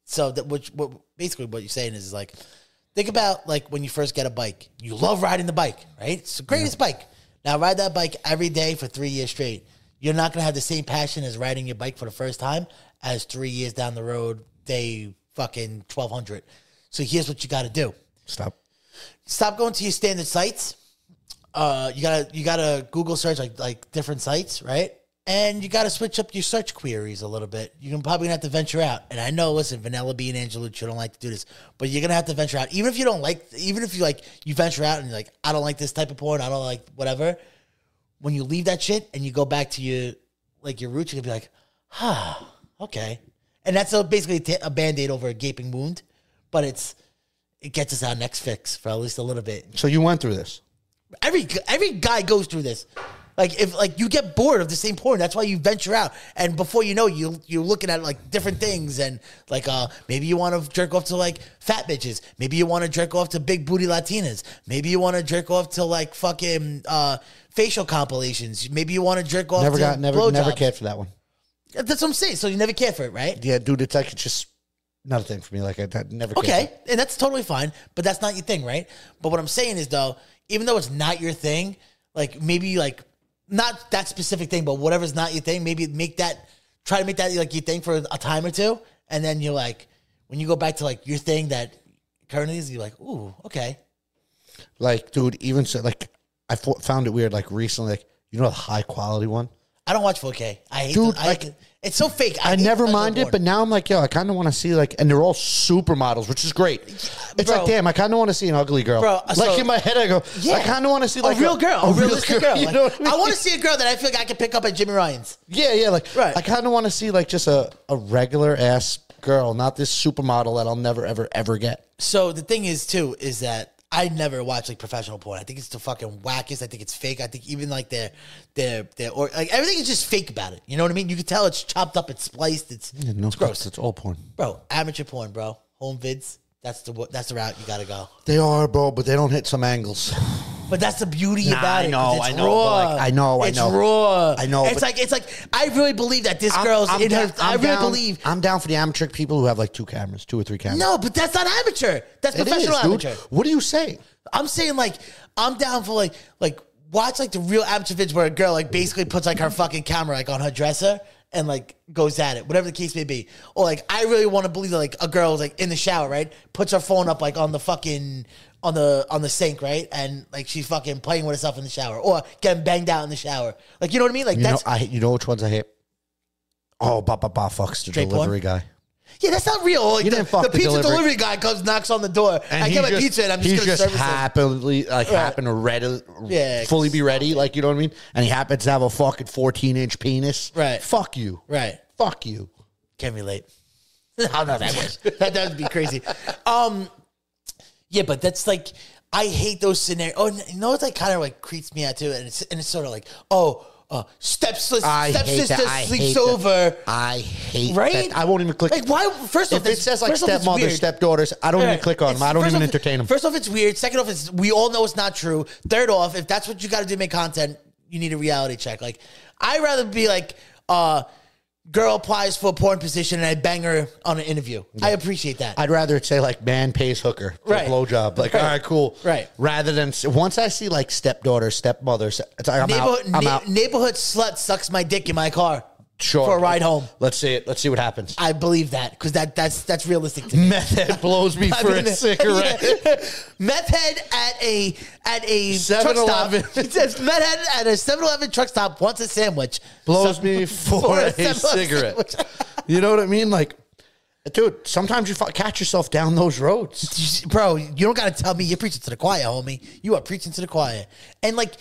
Speaker 4: So that which what basically what you're saying is like think about like when you first get a bike. You love riding the bike, right? It's the greatest bike. Now ride that bike every day for 3 years straight. You're not going to have the same passion as riding your bike for the first time as 3 years down the road day fucking 1200. So here's what you got to do
Speaker 3: stop
Speaker 4: stop going to your standard sites. Uh, you gotta you gotta Google search like like different sites, right? and you got to switch up your search queries a little bit. You can probably gonna have to venture out. And I know, listen, Vanilla Bean, Angela Lucia don't like to do this, but you're gonna have to venture out. Even if you don't like, even if you like, you venture out and you're like, I don't like this type of porn. I don't like whatever. When you leave that shit and you go back to your like your roots, you're gonna be like, ah, okay. And that's a, basically t- a band aid over a gaping wound, but it's it gets us our next fix for at least a little bit
Speaker 3: So you went through this.
Speaker 4: every every guy goes through this. Like if like you get bored of the same porn, that's why you venture out, and before you know it, you you're looking at like different things, and like uh maybe you want to jerk off to like fat bitches, maybe you want to jerk off to big booty Latinas, maybe you want to jerk off to like fucking uh facial compilations, maybe you want to jerk off
Speaker 3: Never
Speaker 4: to
Speaker 3: got, never, never
Speaker 4: blowjobs.
Speaker 3: cared for that one.
Speaker 4: That's what I'm saying. So you never care for it, right?
Speaker 3: Yeah, dude, it's like it's just not a thing for me. Like I, I never. cared
Speaker 4: Okay,
Speaker 3: for it.
Speaker 4: and that's totally fine, but that's not your thing, right? But what I'm saying is though, even though it's not your thing, like maybe like not that specific thing, but whatever's not your thing, maybe make that try to make that like your thing for a time or two, and then you're like when you go back to like your thing that currently is, you're like, ooh, okay,
Speaker 3: Like, dude, even so, like I fo- found it weird. Like recently, like you know, the high quality one.
Speaker 4: I don't watch 4K. I hate,
Speaker 3: Dude,
Speaker 4: the, I hate
Speaker 3: like-
Speaker 4: the- it's so fake.
Speaker 3: I
Speaker 4: hate
Speaker 3: never
Speaker 4: the
Speaker 3: mind it,
Speaker 4: porn.
Speaker 3: but now I'm like, yo, I kind of want to see like, and they're all supermodels, which is great. It's
Speaker 4: bro.
Speaker 3: like, damn, I kind of want to see an ugly girl.
Speaker 4: Bro,
Speaker 3: like
Speaker 4: so-
Speaker 3: in my head, I go,
Speaker 4: Yeah.
Speaker 3: I kind of want to see like
Speaker 4: a real girl, a, realistic girl.
Speaker 3: You
Speaker 4: Like,
Speaker 3: know what I, mean?
Speaker 4: want to see a girl that I feel like I can pick up at Jimmy Ryan's.
Speaker 3: yeah, yeah, like
Speaker 4: Right.
Speaker 3: I kind of want to see like just a a regular ass girl, not this supermodel that I'll never ever ever get.
Speaker 4: So the thing is too is that I never watch like professional porn. I think it's the fucking wackest. I think it's fake. I think even like their their their or like everything is just fake about it. You know what I mean? You can tell it's chopped up, it's spliced, it's
Speaker 3: No,
Speaker 4: it's gross.
Speaker 3: It's all porn.
Speaker 4: Bro, amateur porn, bro. Home vids. That's the wa- that's the route you gotta go.
Speaker 3: They are, bro, but they don't hit some angles.
Speaker 4: But that's the beauty
Speaker 3: Nah,
Speaker 4: about
Speaker 3: I
Speaker 4: it.
Speaker 3: know,
Speaker 4: 'cause it's
Speaker 3: I know,
Speaker 4: Raw.
Speaker 3: but, like, I know, I
Speaker 4: It's
Speaker 3: know.
Speaker 4: raw.
Speaker 3: I know,
Speaker 4: It's
Speaker 3: but-
Speaker 4: like it's like I really believe that this
Speaker 3: I'm-
Speaker 4: girl's
Speaker 3: I'm
Speaker 4: in her.
Speaker 3: down-
Speaker 4: I
Speaker 3: I'm
Speaker 4: really
Speaker 3: down-
Speaker 4: believe.
Speaker 3: I'm down for the amateur people who have like two cameras, two or three cameras.
Speaker 4: No, but that's not amateur. That's
Speaker 3: It is,
Speaker 4: professional
Speaker 3: dude.
Speaker 4: amateur.
Speaker 3: What are you saying?
Speaker 4: I'm saying like I'm down for like like watch like the real amateur vids where a girl like basically puts like her fucking camera like on her dresser and like goes at it, whatever the case may be. Or like I really want to believe that like a girl is like in the shower, right? Puts her phone up like on the fucking on the on the sink, right? And like she's fucking playing with herself in the shower or getting banged out in the shower. Like you know what I mean? Like
Speaker 3: You
Speaker 4: that's
Speaker 3: know, I you know which ones I hate. Oh, ba ba ba fucks the
Speaker 4: Straight
Speaker 3: delivery guy.
Speaker 4: yeah, that's not real. Like,
Speaker 3: You
Speaker 4: the,
Speaker 3: didn't fuck
Speaker 4: the
Speaker 3: the
Speaker 4: pizza
Speaker 3: delivery-
Speaker 4: delivery. guy comes knocks on the door. I
Speaker 3: he
Speaker 4: get my pizza and I'm just
Speaker 3: he's
Speaker 4: gonna
Speaker 3: just
Speaker 4: service it.
Speaker 3: happily like happen to ready,
Speaker 4: Yeah,
Speaker 3: fully be ready, like you know what I mean. And he happens to have a fucking fourteen inch penis.
Speaker 4: Right.
Speaker 3: Fuck you.
Speaker 4: Right.
Speaker 3: Fuck you.
Speaker 4: Can relate. How not that much. that that would be crazy. Um, yeah, but that's like I hate those scenarios. Oh, and you know what? That kind of like creeps me out too, and it's and it's sort of like oh, uh, stepsis-
Speaker 3: I hate
Speaker 4: stepsister
Speaker 3: that. I hate
Speaker 4: sleeps
Speaker 3: that.
Speaker 4: over.
Speaker 3: I hate
Speaker 4: Right?
Speaker 3: that. I won't even click.
Speaker 4: Like why? First off,
Speaker 3: if it
Speaker 4: that's-
Speaker 3: says like
Speaker 4: first off, it's
Speaker 3: stepmother,
Speaker 4: weird.
Speaker 3: stepdaughters, I don't even
Speaker 4: Right.
Speaker 3: click on
Speaker 4: It's-
Speaker 3: them. I don't
Speaker 4: first
Speaker 3: even
Speaker 4: off,
Speaker 3: entertain them.
Speaker 4: First off, it's weird. Second off, it's we all know it's not true. Third off, if that's what you got to do to make content, you need a reality check. Like I'd rather be like, uh, girl applies for a porn position and I bang her on an interview. I appreciate that.
Speaker 3: I'd rather it say like man pays hooker for
Speaker 4: Right.
Speaker 3: a blowjob. Like
Speaker 4: Right.
Speaker 3: all right, cool.
Speaker 4: Right.
Speaker 3: Rather than once I see like stepdaughter, stepmother, se- it's like I'm out.
Speaker 4: neighborhood,
Speaker 3: I'm
Speaker 4: na-
Speaker 3: out.
Speaker 4: neighborhood slut sucks my dick in my car
Speaker 3: Sure.
Speaker 4: for a ride home.
Speaker 3: Let's see it. Let's see what happens.
Speaker 4: I believe that because that that's that's realistic to me.
Speaker 3: Meth head blows me
Speaker 4: I
Speaker 3: for
Speaker 4: mean,
Speaker 3: a cigarette.
Speaker 4: yeah. Meth head at a at a truck stop.
Speaker 3: 7-Eleven.
Speaker 4: It says meth head at a 7-Eleven truck stop wants a sandwich.
Speaker 3: Blows
Speaker 4: So-
Speaker 3: me for,
Speaker 4: for a
Speaker 3: a
Speaker 4: 7-Eleven
Speaker 3: cigarette.
Speaker 4: sandwich.
Speaker 3: you know what I mean? Like, dude, sometimes you fu- catch yourself down those roads.
Speaker 4: You- Bro, you don't gotta tell me you're preaching to the choir, homie. You are preaching to the choir. And like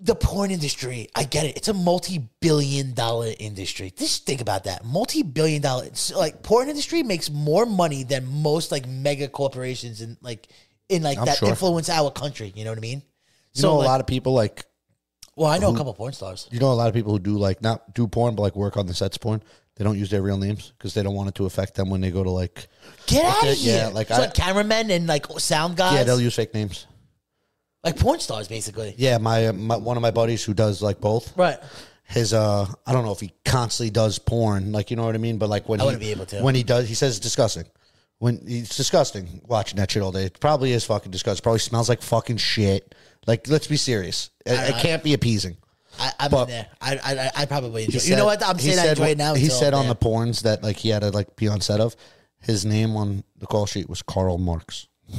Speaker 4: the porn industry, I get it. It's a multi-billion dollar industry. Just think about that. Multi-billion dollar it's like porn industry makes more money than most like mega corporations and like in like
Speaker 3: I'm
Speaker 4: that
Speaker 3: sure.
Speaker 4: influence our country. You know what I mean?
Speaker 3: You know, a
Speaker 4: like-
Speaker 3: lot of people like.
Speaker 4: Well, I know a couple porn stars.
Speaker 3: You know, a lot of people who do like not do porn, but like work on the sets porn. They don't use their real names because they don't want it to affect them when they go to like.
Speaker 4: Get out
Speaker 3: they-
Speaker 4: of here!
Speaker 3: yeah,
Speaker 4: like,
Speaker 3: like,
Speaker 4: so
Speaker 3: I-
Speaker 4: like cameramen and like sound guys,
Speaker 3: Yeah, they'll use fake names.
Speaker 4: like porn stars, basically.
Speaker 3: Yeah, my, my one of my buddies who does like both.
Speaker 4: Right.
Speaker 3: his uh I don't know if he constantly does porn, like you know what I mean, but like when
Speaker 4: I
Speaker 3: he,
Speaker 4: wouldn't be able to.
Speaker 3: when he does he says it's disgusting. When it's disgusting watching that shit all day. It probably is fucking disgusting. Probably smells like fucking shit. Like let's be serious. It, it can't be appeasing.
Speaker 4: I, I'm
Speaker 3: But-
Speaker 4: in there. I, I, I probably enjoy.
Speaker 3: He
Speaker 4: You
Speaker 3: said-
Speaker 4: know what? I'm
Speaker 3: he
Speaker 4: saying I
Speaker 3: said
Speaker 4: enjoy
Speaker 3: when-
Speaker 4: it now.
Speaker 3: He
Speaker 4: until
Speaker 3: said on
Speaker 4: there.
Speaker 3: the porns that like he had to like be on set of his name on the call sheet was Carl Marx.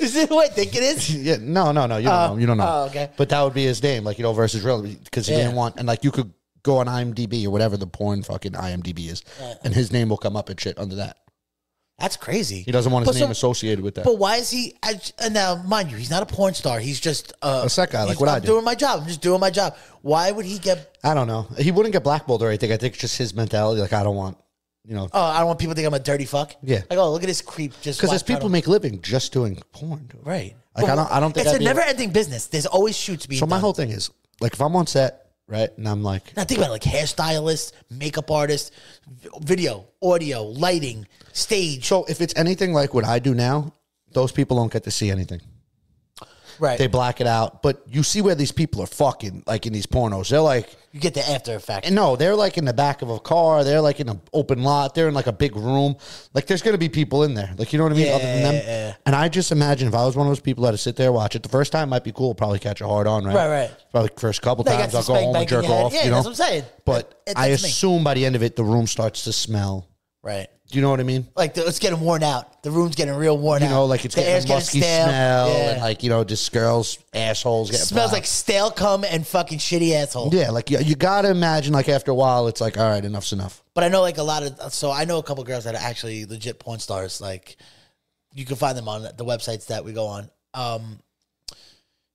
Speaker 4: Is it who I think it is?
Speaker 3: Yeah, no, no, no. You don't know. You don't know.
Speaker 4: oh, okay.
Speaker 3: But that would be his name, like you know, versus real, because he
Speaker 4: Yeah.
Speaker 3: didn't want, and like you could go on IMDb or whatever the porn fucking IMDb is, and his name will come up and shit under that.
Speaker 4: That's crazy.
Speaker 3: He doesn't want his
Speaker 4: But
Speaker 3: name
Speaker 4: so-
Speaker 3: associated with that.
Speaker 4: But why is he? I, and now, mind you, he's not a porn star. He's just uh,
Speaker 3: A set guy, like
Speaker 4: he's-
Speaker 3: what I
Speaker 4: I'm
Speaker 3: do.
Speaker 4: doing my job. I'm just doing my job. Why would he get?
Speaker 3: I don't know. He wouldn't get blackballed or anything. I think it's just his mentality. Like I don't want, you know,
Speaker 4: Oh, I don't want people to think I'm a dirty fuck.
Speaker 3: Yeah.
Speaker 4: Like, oh, look at this creep. Just
Speaker 3: because there's
Speaker 4: watch- I
Speaker 3: people
Speaker 4: don't-
Speaker 3: make living just doing porn. Dude.
Speaker 4: right.
Speaker 3: Like, I don't- I don't think
Speaker 4: it's
Speaker 3: I'd
Speaker 4: a
Speaker 3: be-
Speaker 4: never-ending business. There's always shoots being.
Speaker 3: So my
Speaker 4: done.
Speaker 3: whole thing is like if I'm on set, right, and I'm like,
Speaker 4: Now think about it, like hairstylist, makeup artist, v- video, audio, lighting, stage.
Speaker 3: so if it's anything like what I do now, those people don't get to see anything.
Speaker 4: Right.
Speaker 3: They black it out, but you see where these people are fucking like in these pornos. They're like,
Speaker 4: you get the after effect.
Speaker 3: and no, they're like in the back of a car. They're like in an open lot. They're in like a big room. Like there's gonna be people in there. Like you know what I mean? Other than them. And I just imagine if I was one of those people that would sit there watch it the first time might be cool. Probably catch a hard on, right?
Speaker 4: Right, right.
Speaker 3: Probably first couple
Speaker 4: They got
Speaker 3: times I'll
Speaker 4: the
Speaker 3: go
Speaker 4: spank
Speaker 3: home and
Speaker 4: bank in
Speaker 3: jerk
Speaker 4: your head.
Speaker 3: off.
Speaker 4: Yeah,
Speaker 3: you know?
Speaker 4: that's what I'm saying.
Speaker 3: But
Speaker 4: That-
Speaker 3: I
Speaker 4: that's me.
Speaker 3: assume by the end of it, the room starts to smell.
Speaker 4: right.
Speaker 3: Do you know what I mean?
Speaker 4: Like the, it's getting worn out. The room's getting real worn
Speaker 3: You
Speaker 4: out.
Speaker 3: know, like it's
Speaker 4: the
Speaker 3: getting
Speaker 4: air's
Speaker 3: a musky
Speaker 4: stale.
Speaker 3: smell,
Speaker 4: Yeah.
Speaker 3: and like you know, just girls' assholes get
Speaker 4: smells like stale cum and fucking shitty asshole.
Speaker 3: Yeah, like you, you gotta imagine like after a while, it's like all right, enough's enough.
Speaker 4: But I know like a lot of so I know a couple girls that are actually legit porn stars. Like you can find them on the websites that we go on. Um,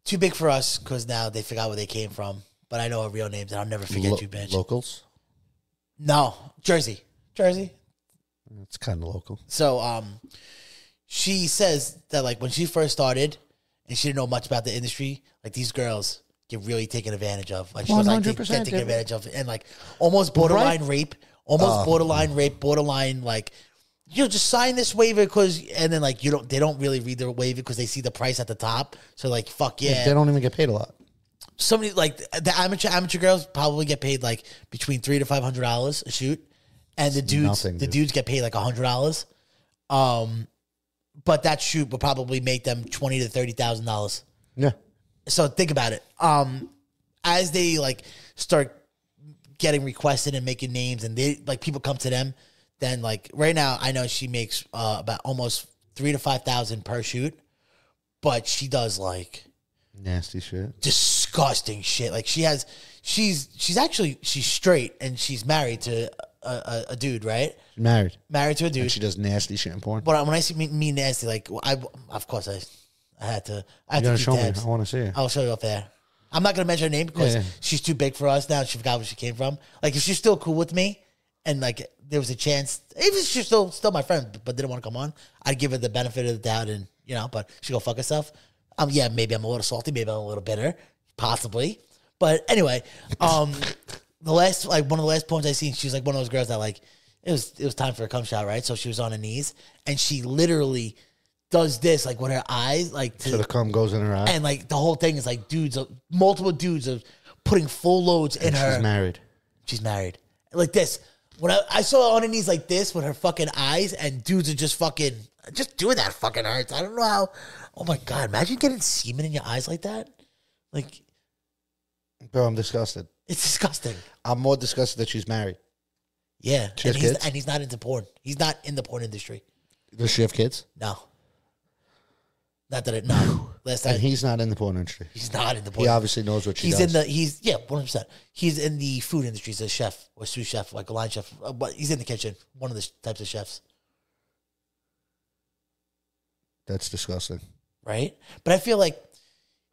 Speaker 4: too big for us because now they forgot where they came from. But I know her real names and I'll never forget
Speaker 3: Lo-
Speaker 4: you, bitch.
Speaker 3: Locals,
Speaker 4: no, Jersey, Jersey.
Speaker 3: it's kind of local.
Speaker 4: So um, she says that like when she first started and she didn't know much about the industry, like these girls get really taken advantage of. Like she was like they get
Speaker 3: 100%,
Speaker 4: taken
Speaker 3: dude.
Speaker 4: advantage of and like almost borderline rape, almost borderline rape, borderline like you know, just sign this waiver because and then like you don't they don't really read the waiver because they see the price at the top. So like fuck yeah.
Speaker 3: They don't even get paid a lot.
Speaker 4: Somebody like the amateur amateur girls probably get paid like between three to five hundred dollars a shoot. And the dudes
Speaker 3: nothing,
Speaker 4: the
Speaker 3: dude.
Speaker 4: dudes get paid like a hundred dollars. Um but that shoot would probably make them twenty to thirty thousand dollars.
Speaker 3: Yeah,
Speaker 4: So think about it. Um as they like start getting requested and making names and they like people come to them, then like right now I know she makes uh about almost three to five thousand per shoot, but she does like
Speaker 3: nasty shit.
Speaker 4: disgusting shit. Like she has, she's she's actually she's straight and she's married to a, a, a dude, right?
Speaker 3: She's married.
Speaker 4: Married to a dude.
Speaker 3: She does nasty shit in porn.
Speaker 4: but when I see me, me nasty, like I of course I I had to I had
Speaker 3: you
Speaker 4: to
Speaker 3: gotta
Speaker 4: do
Speaker 3: show me.
Speaker 4: tabs.
Speaker 3: I want to see it.
Speaker 4: I'll show you off there. I'm not gonna mention her name because
Speaker 3: Yeah, yeah.
Speaker 4: she's too big for us now. She forgot where she came from. Like if she's still cool with me, and like there was a chance, even if she's still still my friend, but didn't want to come on, I'd give her the benefit of the doubt, and you know, but she go fuck herself. Um, yeah, maybe I'm a little salty, maybe I'm a little bitter, possibly. But anyway, um, the last like one of the last poems I seen, she was like one of those girls that like it was it was time for a cum shot, right? So she was on her knees, and she literally does this like with her eyes, like to
Speaker 3: So the cum goes in her eye.
Speaker 4: and like the whole thing is like dudes, are, multiple dudes are putting full loads in
Speaker 3: And
Speaker 4: her.
Speaker 3: she's married.
Speaker 4: She's married. Like this. When I, I saw her on her knees like this with her fucking eyes, and dudes are just fucking just doing that fucking hurts. I don't know how. Oh my god! Imagine getting semen in your eyes like that. Like
Speaker 3: Bro, I'm disgusted.
Speaker 4: it's disgusting.
Speaker 3: I'm more disgusted that she's married.
Speaker 4: Yeah,
Speaker 3: She has
Speaker 4: and he's,
Speaker 3: kids?
Speaker 4: and he's not into porn. He's not in the porn industry.
Speaker 3: Does she have kids?
Speaker 4: No. Not that it. No. Last time
Speaker 3: And he's not in the porn industry.
Speaker 4: he's not in the porn.
Speaker 3: He obviously knows what she
Speaker 4: he's
Speaker 3: does.
Speaker 4: in the he's yeah one hundred percent. He's in the food industry. He's a chef or sous chef, like a line chef. Uh, But he's in the kitchen. One of the sh- types of chefs,
Speaker 3: That's disgusting.
Speaker 4: right? But I feel like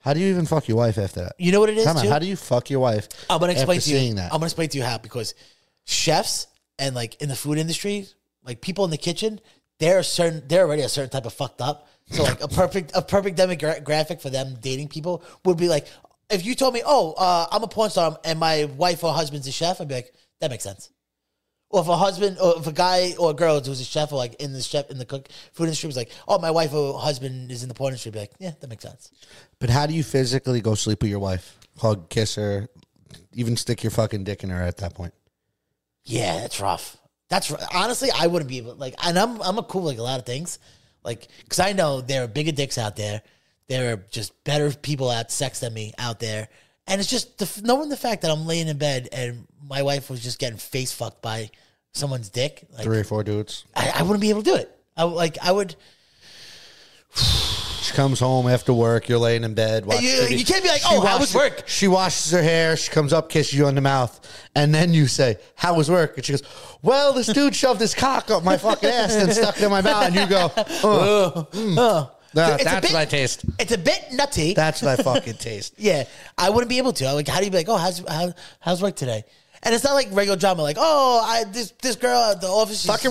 Speaker 3: How do you even fuck your wife after that?
Speaker 4: you know what it is.
Speaker 3: Come on,
Speaker 4: too?
Speaker 3: how do you fuck your wife?
Speaker 4: I'm gonna explain
Speaker 3: after
Speaker 4: to you.
Speaker 3: seeing that?
Speaker 4: I'm gonna explain to you how because chefs and like in the food industry, like people in the kitchen, they're a certain they're already a certain type of fucked up. So like a perfect a perfect demographic for them dating people would be like if you told me, oh, uh, I'm a porn star and my wife or husband's a chef, I'd be like, that makes sense. Or if a husband or if a guy or a girl who's a chef or like in the chef in the cook food industry was like, oh, my wife or husband is in the porn industry, I'd be like, yeah, that makes sense.
Speaker 3: But how do you physically go sleep with your wife? Hug, kiss her, even stick your fucking dick in her at that point.
Speaker 4: Yeah, that's rough. That's r- honestly, I wouldn't be able like, and I'm I'm a cool with, like a lot of things, like because I know there are bigger dicks out there, there are just better people at sex than me out there, and it's just the, f- knowing the fact that I'm laying in bed and my wife was just getting face fucked by someone's dick. Like
Speaker 3: Three or four dudes.
Speaker 4: I, I wouldn't be able to do it. I would- like I would.
Speaker 3: She comes home after work. You're laying in bed. watching
Speaker 4: You-
Speaker 3: TV.
Speaker 4: you can't be like,
Speaker 3: She
Speaker 4: "Oh, how was
Speaker 3: washes-
Speaker 4: work?"
Speaker 3: She washes her hair. She comes up, kisses you on the mouth, and then you say, "How was work?" And she goes, "Well, this dude shoved his cock up my fucking ass and stuck it in my mouth." And you go, "Oh,
Speaker 4: Oh.
Speaker 3: Nah,
Speaker 4: It's a
Speaker 3: that's
Speaker 4: bit-
Speaker 3: what I taste.
Speaker 4: It's a bit nutty.
Speaker 3: That's what I fucking taste."
Speaker 4: Yeah, I wouldn't be able to. I, like, how do you be like, oh, how's how, how's work today? And it's not like regular drama. Like, oh, I this this girl at the office, she's
Speaker 3: fucking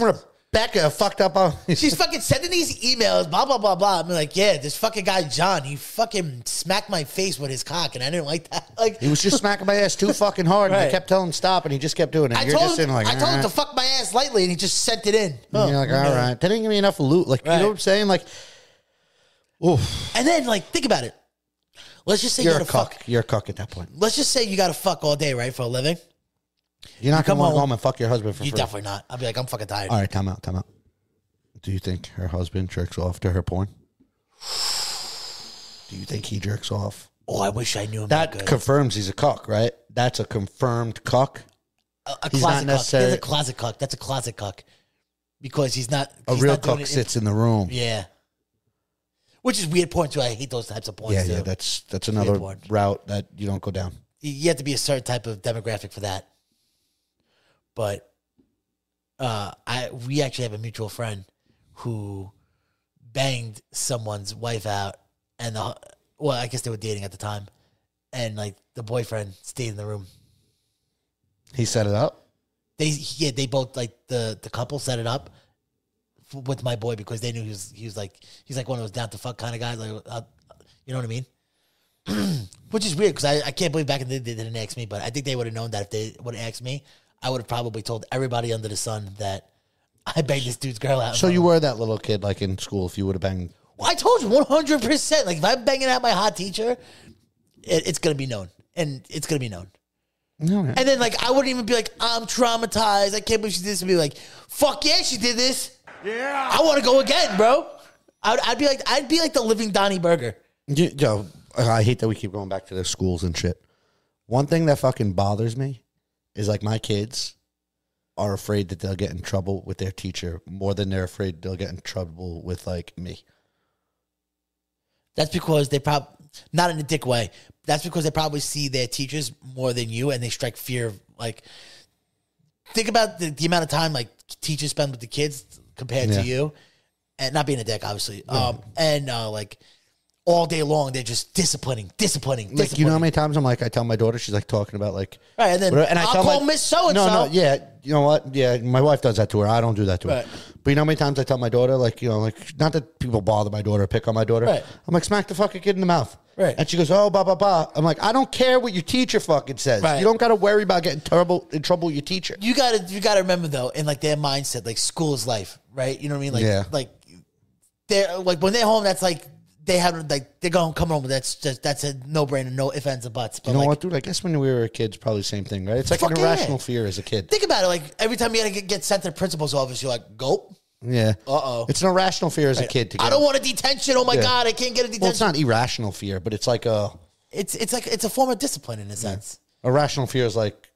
Speaker 3: Rebecca fucked up on.
Speaker 4: she's fucking sending these emails, blah blah blah blah. I'm like, yeah, this fucking guy John, he fucking smacked my face with his cock, and I didn't like that. Like,
Speaker 3: He was just smacking my ass too fucking hard, and I
Speaker 4: Right.
Speaker 3: kept telling him stop, and he just kept doing it.
Speaker 4: I
Speaker 3: you're
Speaker 4: told
Speaker 3: just
Speaker 4: him,
Speaker 3: in like,
Speaker 4: I told him
Speaker 3: "Alright."
Speaker 4: to fuck my ass lightly, and he just sent it in.
Speaker 3: And you're
Speaker 4: Oh,
Speaker 3: like,
Speaker 4: okay.
Speaker 3: all right, that didn't give me enough loot. Like, you
Speaker 4: Right.
Speaker 3: know what I'm saying? Like,
Speaker 4: And then, like, think about it. Let's just say you
Speaker 3: you're a
Speaker 4: gotta
Speaker 3: cuck.
Speaker 4: fuck.
Speaker 3: You're a cuck at that point.
Speaker 4: Let's just say you gotta fuck all day, right, for a living.
Speaker 3: You're not
Speaker 4: come
Speaker 3: gonna want to go
Speaker 4: home.
Speaker 3: home and fuck your husband for
Speaker 4: You
Speaker 3: free.
Speaker 4: definitely not. I'll be like, I'm fucking tired.
Speaker 3: All right, time out, time out. Do you think her husband jerks off to her porn? Do you think he jerks off?
Speaker 4: Oh, I wish I knew him that,
Speaker 3: That
Speaker 4: good.
Speaker 3: confirms he's a cuck, right? That's a confirmed cuck.
Speaker 4: a, a
Speaker 3: He's not
Speaker 4: closet cuck.
Speaker 3: necessarily-
Speaker 4: That's a closet cuck. That's a closet cuck. Because he's not
Speaker 3: A
Speaker 4: he's
Speaker 3: real
Speaker 4: not doing
Speaker 3: cuck
Speaker 4: it in-
Speaker 3: sits in the room. Yeah,
Speaker 4: yeah. Which is weird porn too. I hate those types of porn
Speaker 3: yeah,
Speaker 4: too.
Speaker 3: that's that's another
Speaker 4: porn.
Speaker 3: route that you don't go down.
Speaker 4: you you have to be a certain type of demographic for that. But uh, I we actually have a mutual friend who banged someone's wife out, and the hu- well, I guess they were dating at the time, and like the boyfriend stayed in the room.
Speaker 3: He set it up.
Speaker 4: They yeah, they both like the the couple set it up f- with my boy because they knew he was he was like he's like one of those down to fuck kind of guys like uh, you know what I mean. Which is weird because I, I can't believe back in the day they didn't ask me, but I think they would have known that if they would have asked me, I would have probably told everybody under the sun that I banged this dude's girl out.
Speaker 3: So you were that little kid, like in school, if you would have banged.
Speaker 4: Well, I told you one hundred percent. Like if I'm banging out my hot teacher, it, it's gonna be known, and it's gonna be known. And then like I wouldn't even be like I'm traumatized. I can't believe she did this. To be like, fuck yeah, she did this. Yeah, I want to go again, bro. I'd, I'd be like I'd be like the living Donnie Burger.
Speaker 3: You, yo, I hate that we keep going back to the schools and shit. One thing that fucking bothers me is like my kids are afraid that they'll get in trouble with their teacher more than they're afraid they'll get in trouble with like me.
Speaker 4: That's because they probably not in a dick way. That's because they probably see their teachers more than you, and they strike fear. of, Like, think about the, the amount of time like teachers spend with the kids compared
Speaker 3: Yeah.
Speaker 4: to you, and not being a dick, obviously. Um, and uh, like all day long, they're just disciplining, disciplining, disciplining.
Speaker 3: Like you know how many times I'm like I tell my daughter she's like talking about like
Speaker 4: Right, and then
Speaker 3: whatever,
Speaker 4: I'll
Speaker 3: tell
Speaker 4: call
Speaker 3: my-
Speaker 4: Miss So and
Speaker 3: No, no,
Speaker 4: So.
Speaker 3: yeah, you know what? Yeah, my wife does that to her. I don't do that to
Speaker 4: Right.
Speaker 3: her. But you know how many times I tell my daughter like you know like not that people bother my daughter, pick on my daughter.
Speaker 4: Right.
Speaker 3: I'm like smack the fucking kid in the mouth.
Speaker 4: Right.
Speaker 3: And she goes oh blah blah blah. I'm like I don't care what your teacher fucking says.
Speaker 4: Right.
Speaker 3: You don't got to worry about getting trouble in trouble with your teacher.
Speaker 4: you gotta you gotta remember though, in like their mindset, like school is life, right? You know what I mean? Like
Speaker 3: Yeah.
Speaker 4: like they're like when they're home, that's like they have like they're going come home. That's just that's a no brainer, no ifs ands or buts. But
Speaker 3: You know
Speaker 4: like,
Speaker 3: what, dude? I guess when we were kids, probably the same thing, right? It's like an
Speaker 4: Fuck yeah.
Speaker 3: irrational fear as a kid.
Speaker 4: think about it. Like every time you gotta get, get sent to the principal's office, you're like, gulp.
Speaker 3: Yeah.
Speaker 4: Uh-oh.
Speaker 3: It's an irrational fear as a kid. To get
Speaker 4: Oh. I don't want a detention. Oh my
Speaker 3: Yeah.
Speaker 4: god, I can't get a
Speaker 3: Well, it's
Speaker 4: detention.
Speaker 3: not irrational fear, but it's like a
Speaker 4: it's, it's like it's a form of discipline in a sense.
Speaker 3: irrational fear is like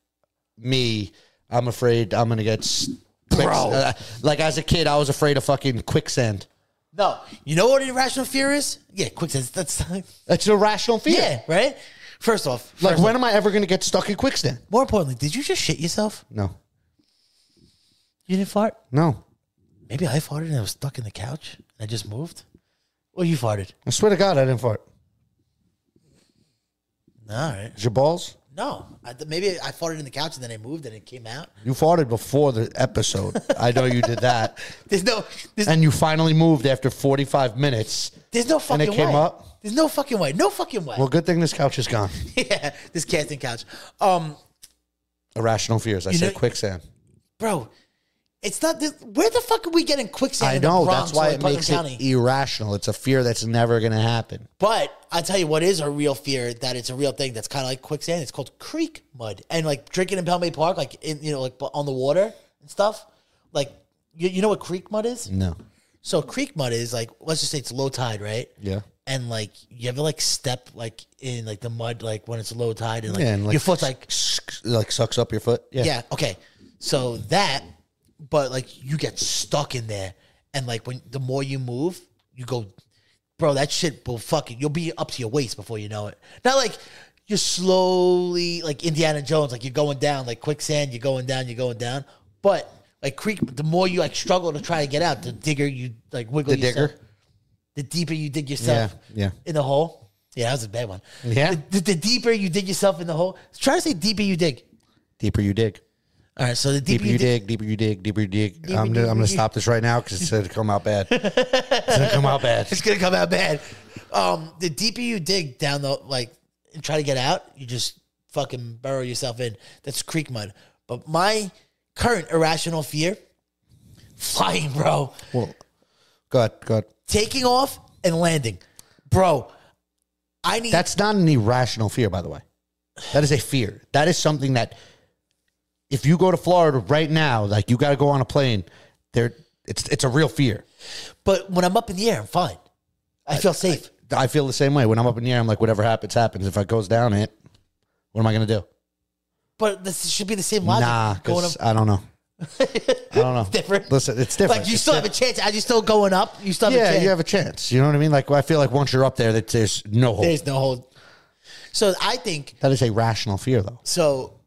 Speaker 3: me. I'm afraid I'm gonna get s- quicks- uh, like as a kid, I was afraid of fucking quicksand.
Speaker 4: No, you know what irrational fear is? Yeah, quick sense. That's
Speaker 3: That's an irrational fear.
Speaker 4: yeah, right. First off,
Speaker 3: Like
Speaker 4: first
Speaker 3: when
Speaker 4: off-
Speaker 3: am I ever gonna get stuck in quicksand?
Speaker 4: more importantly, did you just shit yourself?
Speaker 3: No,
Speaker 4: You didn't fart.
Speaker 3: no.
Speaker 4: Maybe I farted and I was stuck in the couch and I just moved. Or you farted.
Speaker 3: I swear to God, I didn't fart.
Speaker 4: All right.
Speaker 3: Is your balls?
Speaker 4: No, I, th- maybe I farted in the couch and then I moved and it came out.
Speaker 3: You farted before the episode. I know you did that,
Speaker 4: There's no, there's,
Speaker 3: and you finally moved after 45 minutes.
Speaker 4: there's no fucking
Speaker 3: and it came
Speaker 4: way.
Speaker 3: up?
Speaker 4: There's no fucking way. No fucking way.
Speaker 3: Well, good thing this couch is gone.
Speaker 4: yeah, this casting couch. Um,
Speaker 3: Irrational fears. I
Speaker 4: You
Speaker 3: said
Speaker 4: know-
Speaker 3: quicksand.
Speaker 4: bro, it's not. This, where the fuck are we getting quicksand?
Speaker 3: I
Speaker 4: in the
Speaker 3: know.
Speaker 4: Bronx
Speaker 3: That's why
Speaker 4: or
Speaker 3: it
Speaker 4: Putnam
Speaker 3: makes
Speaker 4: County?
Speaker 3: it irrational. It's a fear that's never going to happen.
Speaker 4: But I tell you what is a real fear that it's a real thing that's kind of like quicksand. It's called creek mud, and like drinking in Palmay Park, like in you know, like on the water and stuff. Like you, you know what creek mud is?
Speaker 3: No.
Speaker 4: So creek mud is like let's just say it's low tide, right?
Speaker 3: Yeah.
Speaker 4: And like you ever like step like in like the mud like when it's low tide and like,
Speaker 3: Yeah, and, like,
Speaker 4: your foot's like
Speaker 3: Like sucks up your foot. Yeah.
Speaker 4: yeah. okay. So that but like you get stuck in there and like when the more you move, you go bro, that shit will fucking you'll be up to your waist before you know it. Not like you're slowly like Indiana Jones, like you're going down like quicksand, you're going down, you're going down. But like creek, the more you like struggle to try to get out, the digger you like wiggle
Speaker 3: The
Speaker 4: yourself.
Speaker 3: digger?
Speaker 4: The deeper you dig
Speaker 3: Yeah,
Speaker 4: yourself
Speaker 3: yeah.
Speaker 4: in the hole. Yeah, that was a bad one.
Speaker 3: Yeah.
Speaker 4: The, the deeper you dig yourself in the hole. Try to say deeper you dig.
Speaker 3: Deeper you dig,
Speaker 4: All right, so the deeper,
Speaker 3: deeper you dig, deeper you dig, deeper you dig. I'm gonna, I'm gonna stop this right now because it's gonna come out bad. It's gonna come out bad.
Speaker 4: it's gonna come out bad. Um, the deeper you dig down the like and try to get out, you just fucking burrow yourself in. That's creek mud. But my current irrational fear, flying, bro,
Speaker 3: Well, go ahead, go ahead.
Speaker 4: taking off and landing, bro. I need
Speaker 3: That's not an irrational fear, by the way. That is a fear. That is something that if you go to Florida right now, like you got to go on a plane, there it's it's a real fear.
Speaker 4: but when I'm up in the air, I'm fine. I feel safe.
Speaker 3: I feel the same way when I'm up in the air. I'm like, whatever happens, happens. If it goes down, it. What am I gonna do?
Speaker 4: but this should be the same logic.
Speaker 3: nah,
Speaker 4: going up,
Speaker 3: because I don't know. I don't know.
Speaker 4: different.
Speaker 3: Listen, it's different.
Speaker 4: like you
Speaker 3: It's
Speaker 4: still have a chance. Are you still going up? You still have a
Speaker 3: yeah,
Speaker 4: chance.
Speaker 3: you have a chance. You know what I mean? Like I feel like once you're up there, that there's no hope.
Speaker 4: There's no hold. So I think
Speaker 3: that is a rational fear, though.
Speaker 4: So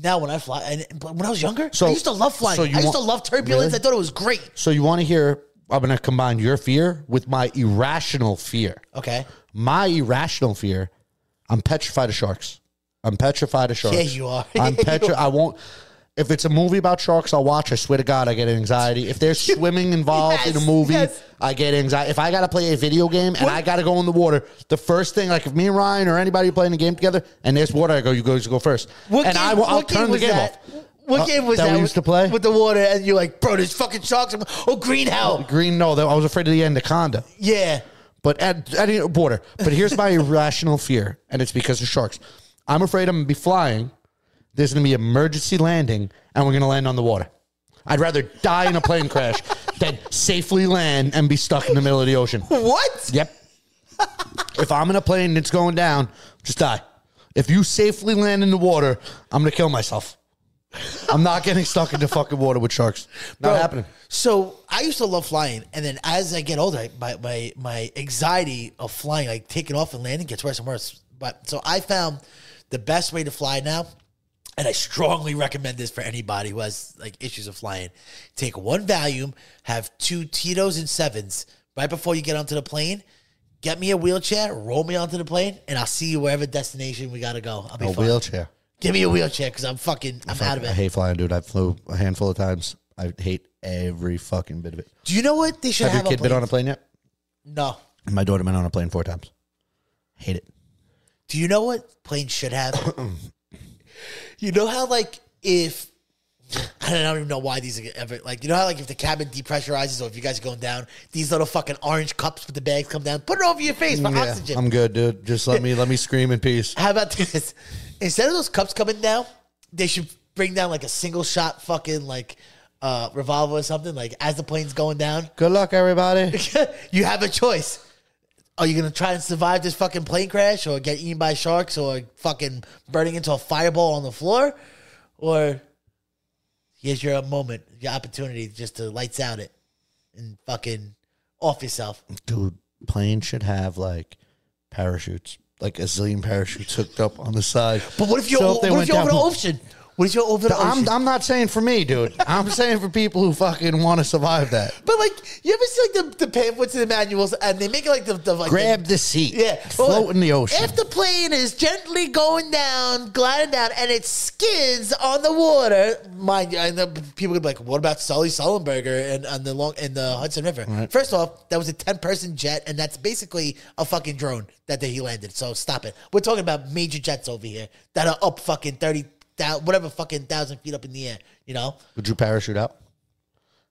Speaker 4: now when I fly, and but when I was younger,
Speaker 3: So-
Speaker 4: I used to love flying.
Speaker 3: so
Speaker 4: I
Speaker 3: you
Speaker 4: used
Speaker 3: want-
Speaker 4: to love turbulence.
Speaker 3: Really?
Speaker 4: I thought it was great.
Speaker 3: So you want to hear? I'm gonna combine your fear with my irrational fear.
Speaker 4: Okay.
Speaker 3: My irrational fear. I'm petrified of sharks. I'm petrified of sharks.
Speaker 4: Yeah, you are.
Speaker 3: I'm
Speaker 4: Yeah, you
Speaker 3: petri- I won't. If it's a movie about sharks, I'll watch. I swear to God, I get anxiety. If there's swimming involved in
Speaker 4: Yes,
Speaker 3: a movie,
Speaker 4: yes.
Speaker 3: I get anxiety. If I got to play a video game and I got to go in the water, the first thing, like if me and Ryan or anybody playing a game together and there's water, I go, you guys go first.
Speaker 4: What
Speaker 3: and
Speaker 4: game,
Speaker 3: I will, I'll
Speaker 4: what game
Speaker 3: turn the
Speaker 4: was
Speaker 3: game
Speaker 4: that?
Speaker 3: off.
Speaker 4: What
Speaker 3: Uh,
Speaker 4: game was
Speaker 3: that
Speaker 4: that,
Speaker 3: we
Speaker 4: with-
Speaker 3: used to play?
Speaker 4: with the water? And you're like, bro, there's fucking sharks. I'm- Oh, green hell.
Speaker 3: Green, no, though, I was afraid of the anaconda.
Speaker 4: Yeah.
Speaker 3: But at any border. But here's my irrational fear, and it's because of sharks. I'm afraid I'm gonna be flying. There's gonna be emergency landing, and we're gonna land on the water. I'd rather die in a plane crash than safely land and be stuck in the middle of the ocean.
Speaker 4: What?
Speaker 3: Yep. If I'm in a plane and it's going down, just die. If you safely land in the water, I'm gonna kill myself. I'm not getting stuck in the fucking water with sharks. Not
Speaker 4: Bro,
Speaker 3: happening.
Speaker 4: So I used to love flying, and then as I get older, I, my, my my anxiety of flying, like taking off and landing, gets worse and worse. But so I found the best way to fly now, and I strongly recommend this for anybody who has like issues of flying. Take one Valium, have two Tito's and sevens right before you get onto the plane. Get me a wheelchair, roll me onto the plane, and I'll see you wherever destination we gotta go. I'll be
Speaker 3: A
Speaker 4: fine.
Speaker 3: wheelchair.
Speaker 4: Give me a wheelchair because I'm fucking, I'm out of
Speaker 3: I
Speaker 4: it.
Speaker 3: hate flying, dude. I flew a handful of times. I hate every fucking bit of it.
Speaker 4: Do you know what they should
Speaker 3: Have
Speaker 4: have?
Speaker 3: your kid been on a plane yet?
Speaker 4: No.
Speaker 3: My daughter been on a plane four times. Hate it.
Speaker 4: Do you know what planes should have? you know how like if I don't even know why these are ever like you know how like if the cabin depressurizes or if you guys are going down, these little fucking orange cups with the bags come down, put it over your face for
Speaker 3: Yeah,
Speaker 4: oxygen.
Speaker 3: I'm good, dude. Just let me let me scream in peace.
Speaker 4: how about this? Instead of those cups coming down, they should bring down like a single shot fucking like uh revolver or something, like as the plane's going down.
Speaker 3: Good luck, everybody.
Speaker 4: you have a choice. Are you gonna try and survive this fucking plane crash, or get eaten by sharks, or fucking burning into a fireball on the floor, or here's your moment, your opportunity just to lights out it and fucking off yourself.
Speaker 3: Dude, planes should have like parachutes, like a zillion parachutes hooked up on the side.
Speaker 4: But what if you're
Speaker 3: So if they went
Speaker 4: what if you're over the
Speaker 3: down-
Speaker 4: ocean? What if you're over the
Speaker 3: I'm
Speaker 4: ocean?
Speaker 3: I'm not saying for me, dude. I'm saying for people who fucking want to survive that.
Speaker 4: but like, you ever see like the, the pamphlets and the manuals, and they make it like the, the like the-
Speaker 3: Grab the seat.
Speaker 4: Yeah,
Speaker 3: Float in the ocean.
Speaker 4: If the plane is gently going down, gliding down, and it skids on the water, mind you, and the people could be like, "What about Sully Sullenberger and on the long in the Hudson River?" First off, that was a ten-person jet, and that's basically a fucking drone that that he landed. So stop it. We're talking about major jets over here that are up fucking thirty thousand, whatever fucking thousand feet up in the air. You know.
Speaker 3: Would you parachute out?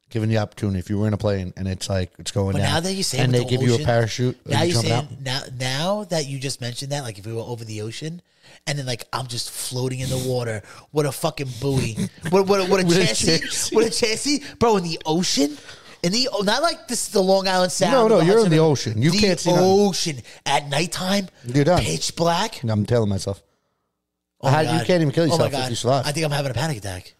Speaker 3: Given the opportunity, if you were in a plane and it's like it's going
Speaker 4: But
Speaker 3: down,
Speaker 4: now that you say
Speaker 3: and
Speaker 4: with
Speaker 3: they
Speaker 4: the
Speaker 3: give you
Speaker 4: ocean-
Speaker 3: a parachute, are
Speaker 4: now
Speaker 3: you
Speaker 4: you
Speaker 3: jumping
Speaker 4: saying now now that you just mentioned that, like if we were over the ocean, and then like I'm just floating in the water, what a fucking buoy, what what what a
Speaker 3: With a
Speaker 4: chassis,
Speaker 3: chassis.
Speaker 4: what a chassis, bro, in the ocean. In the oh, not like this the Long Island Sound.
Speaker 3: No, no,
Speaker 4: the
Speaker 3: you're in
Speaker 4: Hudson
Speaker 3: the
Speaker 4: River.
Speaker 3: ocean. You
Speaker 4: The
Speaker 3: can't see nothing.
Speaker 4: ocean at nighttime.
Speaker 3: You're done.
Speaker 4: Pitch black.
Speaker 3: out? I'm telling myself.
Speaker 4: Oh my
Speaker 3: How- you
Speaker 4: God.
Speaker 3: can't even kill
Speaker 4: Oh my
Speaker 3: yourself if
Speaker 4: God.
Speaker 3: you survive.
Speaker 4: I think I'm having a panic attack.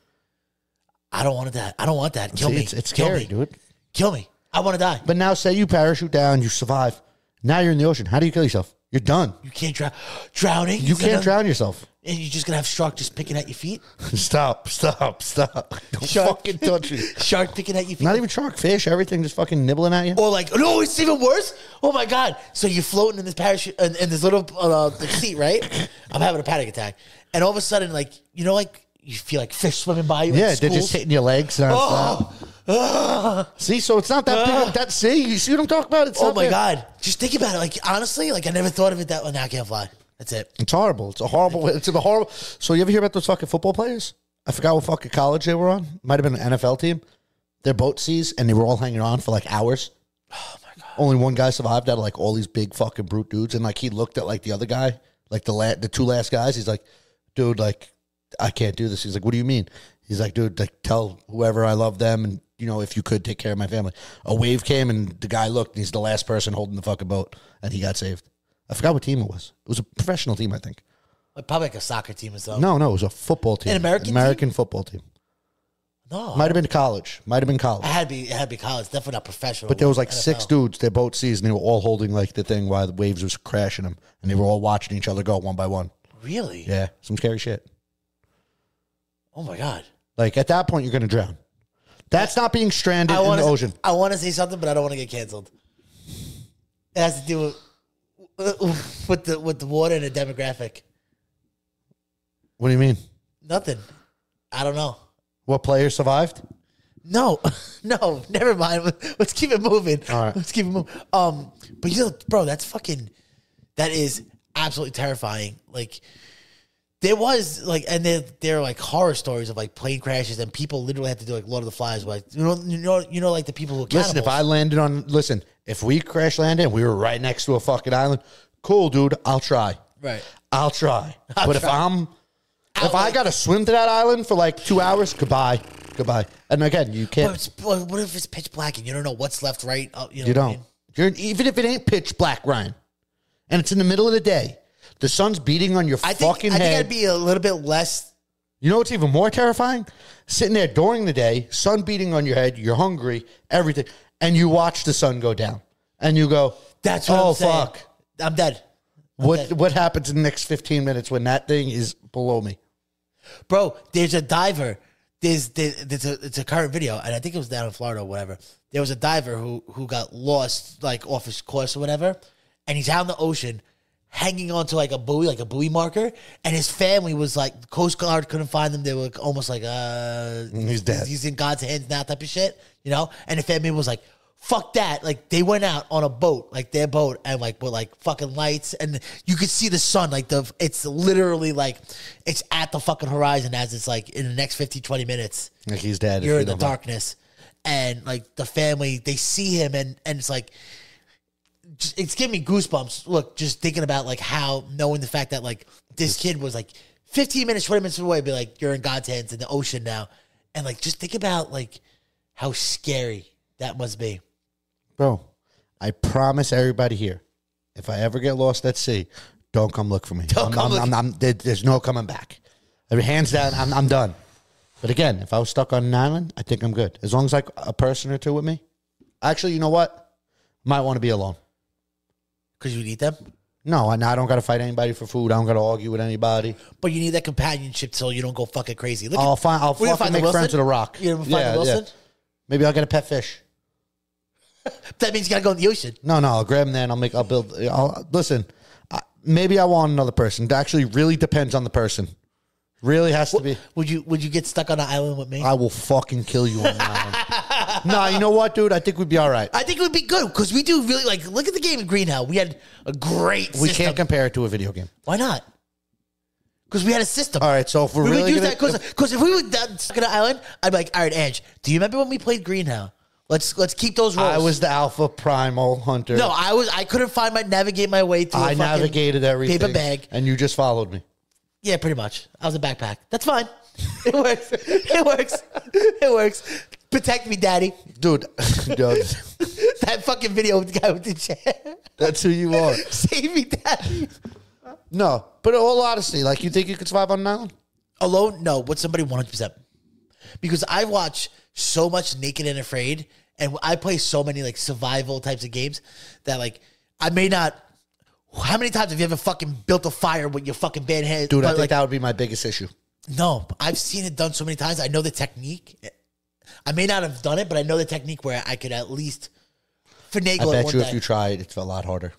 Speaker 4: I don't want that. I don't want that. Kill
Speaker 3: See,
Speaker 4: me.
Speaker 3: It's, it's
Speaker 4: Kill
Speaker 3: scary,
Speaker 4: me.
Speaker 3: dude.
Speaker 4: Kill me. I want to die.
Speaker 3: But now, say you parachute down, you survive. Now you're in the ocean. How do you kill yourself? You're done.
Speaker 4: You can't drown. Drowning.
Speaker 3: You
Speaker 4: is that
Speaker 3: can't
Speaker 4: a-
Speaker 3: drown yourself.
Speaker 4: And you're just gonna have shark just picking at your feet.
Speaker 3: Stop, stop, stop. Don't
Speaker 4: Shark.
Speaker 3: fucking touch me.
Speaker 4: Shark picking at your feet.
Speaker 3: Not even shark, fish, everything just fucking nibbling at you.
Speaker 4: Or like, no, it's even worse. Oh my god! So you're floating in this parachute, in, in this little uh, the seat, right? I'm having a panic attack, and all of a sudden, like, you know, like you feel like fish swimming by you.
Speaker 3: Yeah,
Speaker 4: in
Speaker 3: they're just
Speaker 4: schools.
Speaker 3: hitting your legs. And
Speaker 4: Oh, Ah.
Speaker 3: See, so it's not that big. of- That see, you see what I'm talking about? It's
Speaker 4: oh
Speaker 3: not
Speaker 4: my
Speaker 3: big.
Speaker 4: god! Just think about it. Like honestly, like I never thought of it that way. Now I can't fly. That's it.
Speaker 3: It's horrible. It's a horrible. It's a horrible. So you ever hear about those fucking football players? I forgot what fucking college they were on. Might have been an NFL team. Their boat seized and they were all hanging on for like hours. Oh my god! Only one guy survived out of like all these big fucking brute dudes, and like he looked at like the other guy, like the la- the two last guys. He's like, dude, like I can't do this. He's like, what do you mean? He's like, dude, like tell whoever I love them, and you know if you could take care of my family. A wave came and the guy looked, and he's the last person holding the fucking boat, and he got saved. I forgot what team it was. It was a professional team, I think.
Speaker 4: Like, probably like a soccer team or something.
Speaker 3: No, no, it was a football team.
Speaker 4: Oh. An American team?
Speaker 3: football team.
Speaker 4: No,
Speaker 3: Might have been college. Might have been
Speaker 4: I
Speaker 3: college.
Speaker 4: had to be, it had to be college. Definitely not professional.
Speaker 3: But there was like six
Speaker 4: NFL.
Speaker 3: dudes. Their boat seized, and they were all holding like the thing while the waves was crashing them, and they were all watching each other go one by one.
Speaker 4: Really?
Speaker 3: Yeah, some scary shit.
Speaker 4: Oh my god!
Speaker 3: Like at that point, you're gonna drown. That's not being stranded in
Speaker 4: wanna,
Speaker 3: the ocean.
Speaker 4: I want to say something, but I don't want to get canceled. It has to do with, with the with the water and the demographic.
Speaker 3: What do you mean?
Speaker 4: Nothing. I don't know.
Speaker 3: What player survived?
Speaker 4: No, no, never mind. Let's keep it moving.
Speaker 3: All right.
Speaker 4: Let's keep it moving. Um, but you know, bro, that's fucking. That is absolutely terrifying. Like, there was like, and there there are like horror stories of like plane crashes and people literally had to do like Lord of the Flies. Like, you know, you know, you know, like the people who are
Speaker 3: Listen, if
Speaker 4: cannibals.
Speaker 3: I landed on, listen, if we crash landed and we were right next to a fucking island, cool, dude. I'll try.
Speaker 4: right,
Speaker 3: I'll try. but if
Speaker 4: try.
Speaker 3: I'm, if I
Speaker 4: like-
Speaker 3: gotta swim to that island for like two hours, goodbye, goodbye. And again, you
Speaker 4: but
Speaker 3: can't.
Speaker 4: it's- but what if it's pitch black and you don't know what's left, right? Uh, you know
Speaker 3: you
Speaker 4: what I
Speaker 3: don't.
Speaker 4: mean?
Speaker 3: You're even if it ain't pitch black, Ryan, and it's in the middle of the day. The sun's beating on your
Speaker 4: I think
Speaker 3: fucking
Speaker 4: I
Speaker 3: head.
Speaker 4: think I'd be a little bit less.
Speaker 3: You know what's even more terrifying? Sitting there during the day, sun beating on your head, you're hungry, everything, and you watch the sun go down, and you go,
Speaker 4: That's what
Speaker 3: oh
Speaker 4: I'm saying.
Speaker 3: fuck!
Speaker 4: I'm dead.
Speaker 3: What what happens in the next fifteen minutes when that thing is below me?
Speaker 4: bro. There's a diver. There's there, there's a it's a current video, and I think it was down in Florida or whatever. There was a diver who who got lost like off his course or whatever, and he's out in the ocean, hanging onto like a buoy, like a buoy marker, and his family was like Coast Guard couldn't find them. They were almost like uh,
Speaker 3: He's dead.
Speaker 4: He's in God's hands now, type of shit, you know. And the family was like. Fuck that! Like they went out on a boat, like their boat, and like with like fucking lights, and you could see the sun. Like the it's literally like it's at the fucking horizon as it's like in the next 50, 20 minutes.
Speaker 3: Like he's dead. if
Speaker 4: You're
Speaker 3: you
Speaker 4: in the
Speaker 3: don't mind.
Speaker 4: darkness, and like the family, they see him, and and it's like just- it's giving me goosebumps. Look, just thinking about like how knowing the fact that like this kid was like 15 minutes, 20 minutes away, be like, you're in God's hands in the ocean now. And like, just think about like how scary that must be.
Speaker 3: bro. I promise everybody here, if I ever get lost at sea, don't come look for me.
Speaker 4: Don't
Speaker 3: I'm,
Speaker 4: come
Speaker 3: I'm,
Speaker 4: look-
Speaker 3: I'm, I'm- there- there's no coming back. I mean, hands down, I'm, I'm done. But again, if I was stuck on an island, I think I'm good. As long as like a person or two with me. Actually, you know what? Might want to be alone.
Speaker 4: Cause you need them,
Speaker 3: No, I, I don't got to fight anybody for food. I don't got to argue with anybody.
Speaker 4: but you need that companionship till you don't go fucking crazy. Look,
Speaker 3: I'll find. I'll
Speaker 4: We're gonna
Speaker 3: fucking
Speaker 4: find the
Speaker 3: make friends
Speaker 4: Wilson?
Speaker 3: with a rock.
Speaker 4: You're gonna find the Wilson?
Speaker 3: Maybe I'll get a pet fish.
Speaker 4: at, that means you gotta go in the ocean.
Speaker 3: No, no, I'll grab him there and I'll make. I'll build. I'll listen. I, maybe I want another person. It actually really depends on the person. Really has to be.
Speaker 4: Would you would you get stuck on an island with me?
Speaker 3: I will fucking kill you on the island. nah, you know what, dude? I think we'd be all right.
Speaker 4: I think it would be good because we do really like look at the game of Green Hell. We had a great
Speaker 3: We
Speaker 4: system.
Speaker 3: can't compare it to a video game.
Speaker 4: Why not? Because we had a system.
Speaker 3: All right, so if we're
Speaker 4: we
Speaker 3: really
Speaker 4: would use
Speaker 3: gonna-
Speaker 4: that because because if we were down stuck on an island, I'd be like, all right, Ange, do you remember when we played Green Hell? Let's let's keep those roles.
Speaker 3: I was the alpha primal hunter.
Speaker 4: no, I was I couldn't find my navigate my way through. a
Speaker 3: I
Speaker 4: fucking
Speaker 3: navigated everything.
Speaker 4: paper bag.
Speaker 3: and you just followed me.
Speaker 4: Yeah, pretty much. I was a backpack. That's fine. It works. it works. It works. Protect me, daddy.
Speaker 3: Dude, dude,
Speaker 4: That fucking video with the guy with the chair.
Speaker 3: that's who you are.
Speaker 4: Save me, daddy.
Speaker 3: No, but in all honesty, like you think you could survive on an island?
Speaker 4: alone no with somebody 100% because i watch so much naked and afraid and i play so many like survival types of games that like I may not. How many times have you ever fucking built a fire with your fucking bare hands?
Speaker 3: Dude, I
Speaker 4: but,
Speaker 3: think
Speaker 4: like,
Speaker 3: that would be my biggest issue.
Speaker 4: no, I've seen it done so many times. I know the technique. I may not have done it, but I know the technique where I could at least
Speaker 3: I
Speaker 4: finagle it
Speaker 3: bet
Speaker 4: one
Speaker 3: you
Speaker 4: day.
Speaker 3: if you try it, it's a lot harder.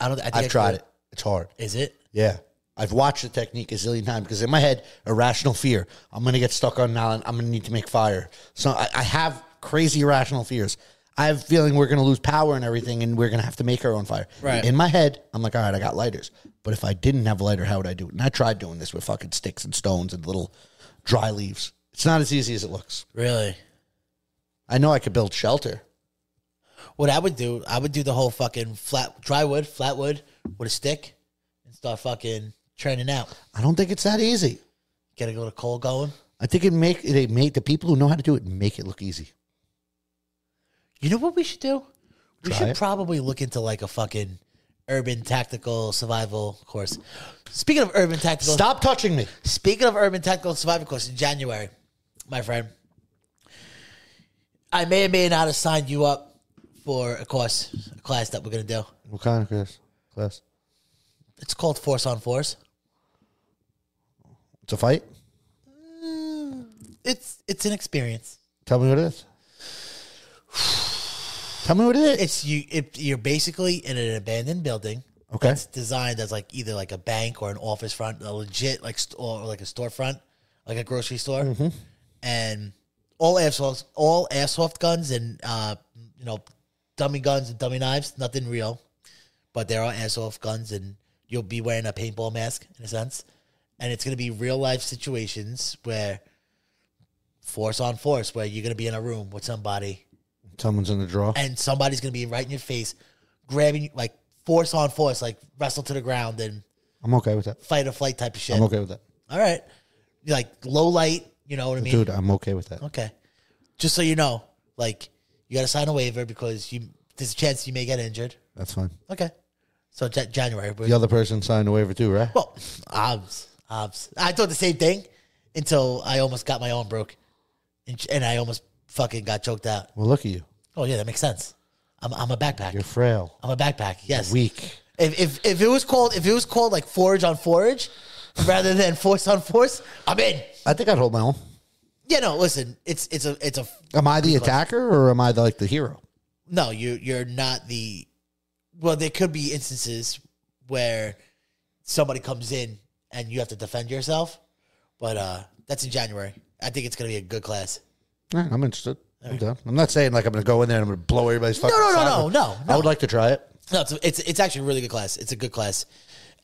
Speaker 4: I don't. I think I
Speaker 3: I've tried
Speaker 4: could.
Speaker 3: it. It's hard.
Speaker 4: Is it?
Speaker 3: Yeah. I've watched the technique a zillion times because in my head, irrational fear. I'm going to get stuck on an island. I'm going to need to make fire. So I, I have crazy irrational fears. I have a feeling we're going to lose power and everything and we're going to have to make our own fire.
Speaker 4: Right.
Speaker 3: In my head, I'm like, all right, I got lighters. But if I didn't have a lighter, how would I do it? And I tried doing this with fucking sticks and stones and little dry leaves. It's not as easy as it looks.
Speaker 4: Really?
Speaker 3: I know I could build shelter.
Speaker 4: What I would do, I would do the whole fucking flat dry wood, flat wood with a stick, and start fucking churning out.
Speaker 3: I don't think it's that easy.
Speaker 4: Get a little coal going.
Speaker 3: I think it make they make the people who know how to do it make it look easy.
Speaker 4: You know what we should do? We
Speaker 3: Try
Speaker 4: should
Speaker 3: it.
Speaker 4: probably look into like a fucking urban tactical survival course. Speaking of urban tactical,
Speaker 3: Stop touching me.
Speaker 4: Speaking of urban tactical survival course in January, my friend, I may or may not have signed you up for a course, a class that we're gonna do.
Speaker 3: What kind of class? Class.
Speaker 4: It's called Force on Force.
Speaker 3: It's a fight.
Speaker 4: It's it's an experience.
Speaker 3: Tell me what it is. Tell me what it is.
Speaker 4: It's you. It, you're basically in an abandoned building.
Speaker 3: okay.
Speaker 4: It's designed as like either like a bank or an office front, a legit like st- or like a storefront, like a grocery store, and all airsoft, all airsoft guns and uh, you know, dummy guns and dummy knives, nothing real, but there are airsoft guns, and you'll be wearing a paintball mask in a sense, and it's gonna be real life situations where force on force, where you're gonna be in a room with somebody
Speaker 3: Someone's in the draw.
Speaker 4: and somebody's gonna be right in your face, grabbing you like force on force, like wrestle to the ground and
Speaker 3: I'm okay with that.
Speaker 4: fight or flight type of shit.
Speaker 3: I'm okay with that.
Speaker 4: All right, You're, like low light, you know what I mean?
Speaker 3: Dude, I'm okay with that.
Speaker 4: Okay, just so you know, like you gotta sign a waiver because you there's a chance you may get injured.
Speaker 3: That's fine.
Speaker 4: Okay, so Ja- January. we're-
Speaker 3: The other person signed a waiver too, right?
Speaker 4: Well, obs, obs. I thought the same thing until I almost got my arm broke, and, and I almost fucking got choked out.
Speaker 3: Well, look at you.
Speaker 4: Oh yeah, that makes sense. I'm, I'm a backpack.
Speaker 3: You're frail.
Speaker 4: I'm a backpack. Yes.
Speaker 3: Weak.
Speaker 4: If, if if it was called if it was called like forage on forage rather than force on force, I'm in.
Speaker 3: I think I'd hold my own.
Speaker 4: Yeah, no, listen, it's it's a it's a
Speaker 3: Am I the attacker or am I the, like the hero?
Speaker 4: no. You you're not the. Well, there could be instances where somebody comes in and you have to defend yourself, but uh that's in January. I think it's gonna be a good class.
Speaker 3: Yeah, I'm interested. I'm done. I'm not saying like I'm going to go in there and I'm going to blow everybody's fucking.
Speaker 4: no, no,
Speaker 3: side
Speaker 4: no,
Speaker 3: with-
Speaker 4: no, no.
Speaker 3: I would like to try it.
Speaker 4: No, it's it's, it's actually a really good class. It's a good class,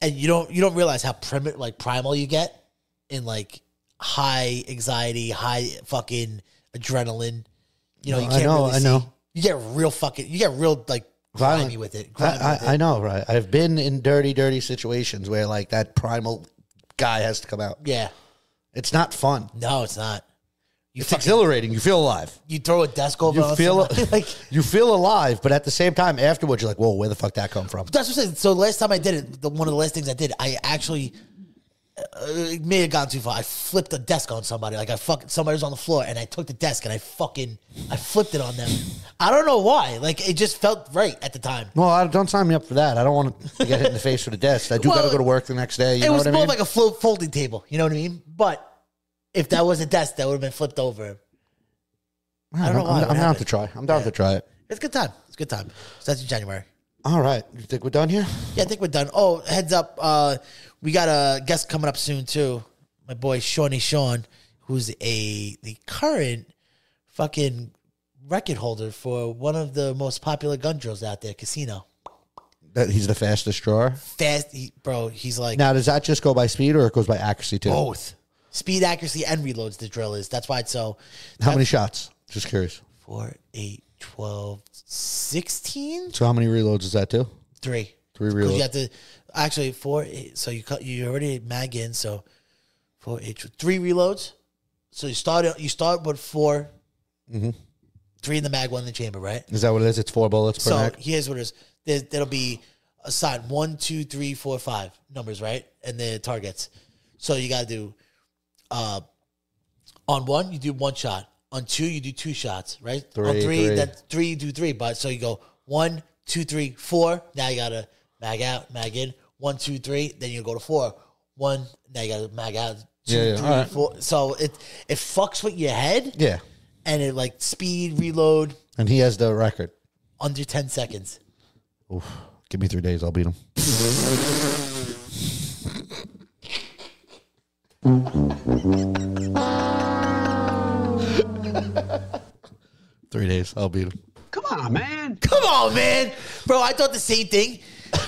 Speaker 4: and you don't you don't realize how primi- like primal you get in like high anxiety, high fucking adrenaline. You know,
Speaker 3: No,
Speaker 4: you
Speaker 3: I
Speaker 4: can't
Speaker 3: know,
Speaker 4: really
Speaker 3: I
Speaker 4: see.
Speaker 3: know.
Speaker 4: You get real fucking. You get real like
Speaker 3: Violent.
Speaker 4: grimy with it. grimy
Speaker 3: I,
Speaker 4: with it.
Speaker 3: I, I know, right? I've been in dirty, dirty situations where like that primal guy has to come out.
Speaker 4: yeah.
Speaker 3: It's not fun.
Speaker 4: No, it's not. You
Speaker 3: It's
Speaker 4: fucking,
Speaker 3: exhilarating. You feel alive.
Speaker 4: you throw a desk over.
Speaker 3: You
Speaker 4: on
Speaker 3: feel
Speaker 4: somebody, like
Speaker 3: you feel alive, but at the same time, afterwards, you're like, "Whoa, where the fuck that come from?"
Speaker 4: that's what I'm saying. So last time I did it, the, one of the last things I did, I actually uh, it may have gone too far. I flipped a desk on somebody. Like I fuck somebody was on the floor, and I took the desk and I fucking I flipped it on them. I don't know why. Like it just felt right at the time.
Speaker 3: Well, I, don't sign me up for that. I don't want to get hit in the face with a desk. I do
Speaker 4: Well,
Speaker 3: got to go to work the next day. You
Speaker 4: it
Speaker 3: know
Speaker 4: was
Speaker 3: what I
Speaker 4: more
Speaker 3: mean?
Speaker 4: like a flo- folding table. You know what I mean? But if that was a desk, that would have been flipped over.
Speaker 3: Man,
Speaker 4: I don't know
Speaker 3: I'm-
Speaker 4: why
Speaker 3: I'm,
Speaker 4: it
Speaker 3: I'm down
Speaker 4: happened.
Speaker 3: to try. I'm down to try it.
Speaker 4: It's a good time. It's a good time. So that's in January.
Speaker 3: All right, you think we're done here?
Speaker 4: Yeah, I think we're done. Oh, heads up, uh, we got a guest coming up soon too. My boy Shawnee Sean, who's a the current fucking record holder for one of the most popular gun drills out there, Casino.
Speaker 3: That he's the fastest drawer.
Speaker 4: Fast, he, bro. He's like
Speaker 3: Now, does that just go by speed or it goes by accuracy too?
Speaker 4: both speed, accuracy, and reloads. The drill is that's why it's so
Speaker 3: How many shots? Just curious.
Speaker 4: four, eight, 12, 16,
Speaker 3: So, how many reloads is that too?
Speaker 4: three.
Speaker 3: Three
Speaker 4: Because
Speaker 3: reloads.
Speaker 4: you have to actually four. Eight, so you cut. You already mag in. So four, eight, three reloads. So you start. You start with 4 Three in the mag, one in the chamber, right?
Speaker 3: Is that what it is? It's four bullets per
Speaker 4: so
Speaker 3: neck.
Speaker 4: here's what it is. There, there'll be assigned one, two, three, four, five numbers, right? And the targets. So you got to do uh, on one, you do one shot. On two, you do two shots, right? on
Speaker 3: Three,
Speaker 4: three,
Speaker 3: three.
Speaker 4: then three, you do three. But so you go one, two, three, four. Now you gotta mag out, mag in. One, two, three. Then you go to four. One. Now you gotta mag out. Two,
Speaker 6: Yeah, yeah,
Speaker 4: three,
Speaker 6: alright.
Speaker 4: four. So it it fucks with your head
Speaker 3: Yeah.
Speaker 4: and it like speed reload
Speaker 3: And he has the record.
Speaker 4: under ten seconds.
Speaker 3: Give me three days, I'll beat him. three days, I'll beat him.
Speaker 4: Come on, man, bro. I thought the same thing,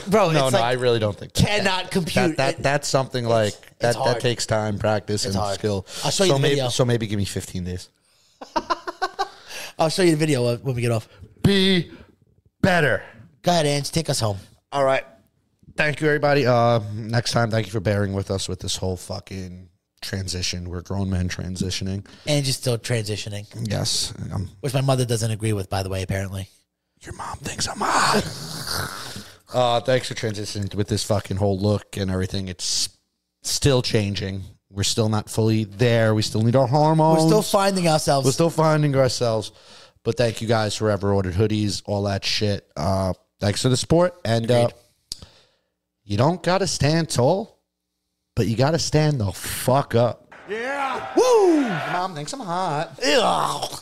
Speaker 4: bro.
Speaker 3: No,
Speaker 4: it's
Speaker 3: Oh, no,
Speaker 4: like,
Speaker 3: I really don't think that.
Speaker 4: cannot compute
Speaker 3: That, that that's something like that, that
Speaker 4: hard.
Speaker 3: takes time, practice, and
Speaker 4: hard.
Speaker 3: skill.
Speaker 4: I'll show you
Speaker 3: so
Speaker 4: the
Speaker 3: maybe,
Speaker 4: video.
Speaker 3: So maybe give me fifteen days.
Speaker 4: I'll show you the video when when we get off.
Speaker 3: Be better.
Speaker 4: Go ahead, Ange. Take us home.
Speaker 3: All right. Thank you, everybody. Uh, next time, thank you for bearing with us with this whole fucking transition. We're grown men transitioning.
Speaker 4: Ange is still transitioning,
Speaker 3: Yes, i
Speaker 4: which my mother doesn't agree with, by the way, apparently.
Speaker 3: Your mom thinks I'm hot. uh, thanks for transitioning with this fucking whole look and everything. It's still changing. We're still not fully there. We still need our
Speaker 4: We're
Speaker 3: hormones.
Speaker 4: still finding ourselves.
Speaker 3: We're still finding ourselves. But thank you guys for ever ordered hoodies, all that shit. Uh, thanks for the support. And uh, you don't got to stand tall, but you got to stand the fuck up. Yeah. Woo! Your mom thinks I'm hot.
Speaker 4: Ugh.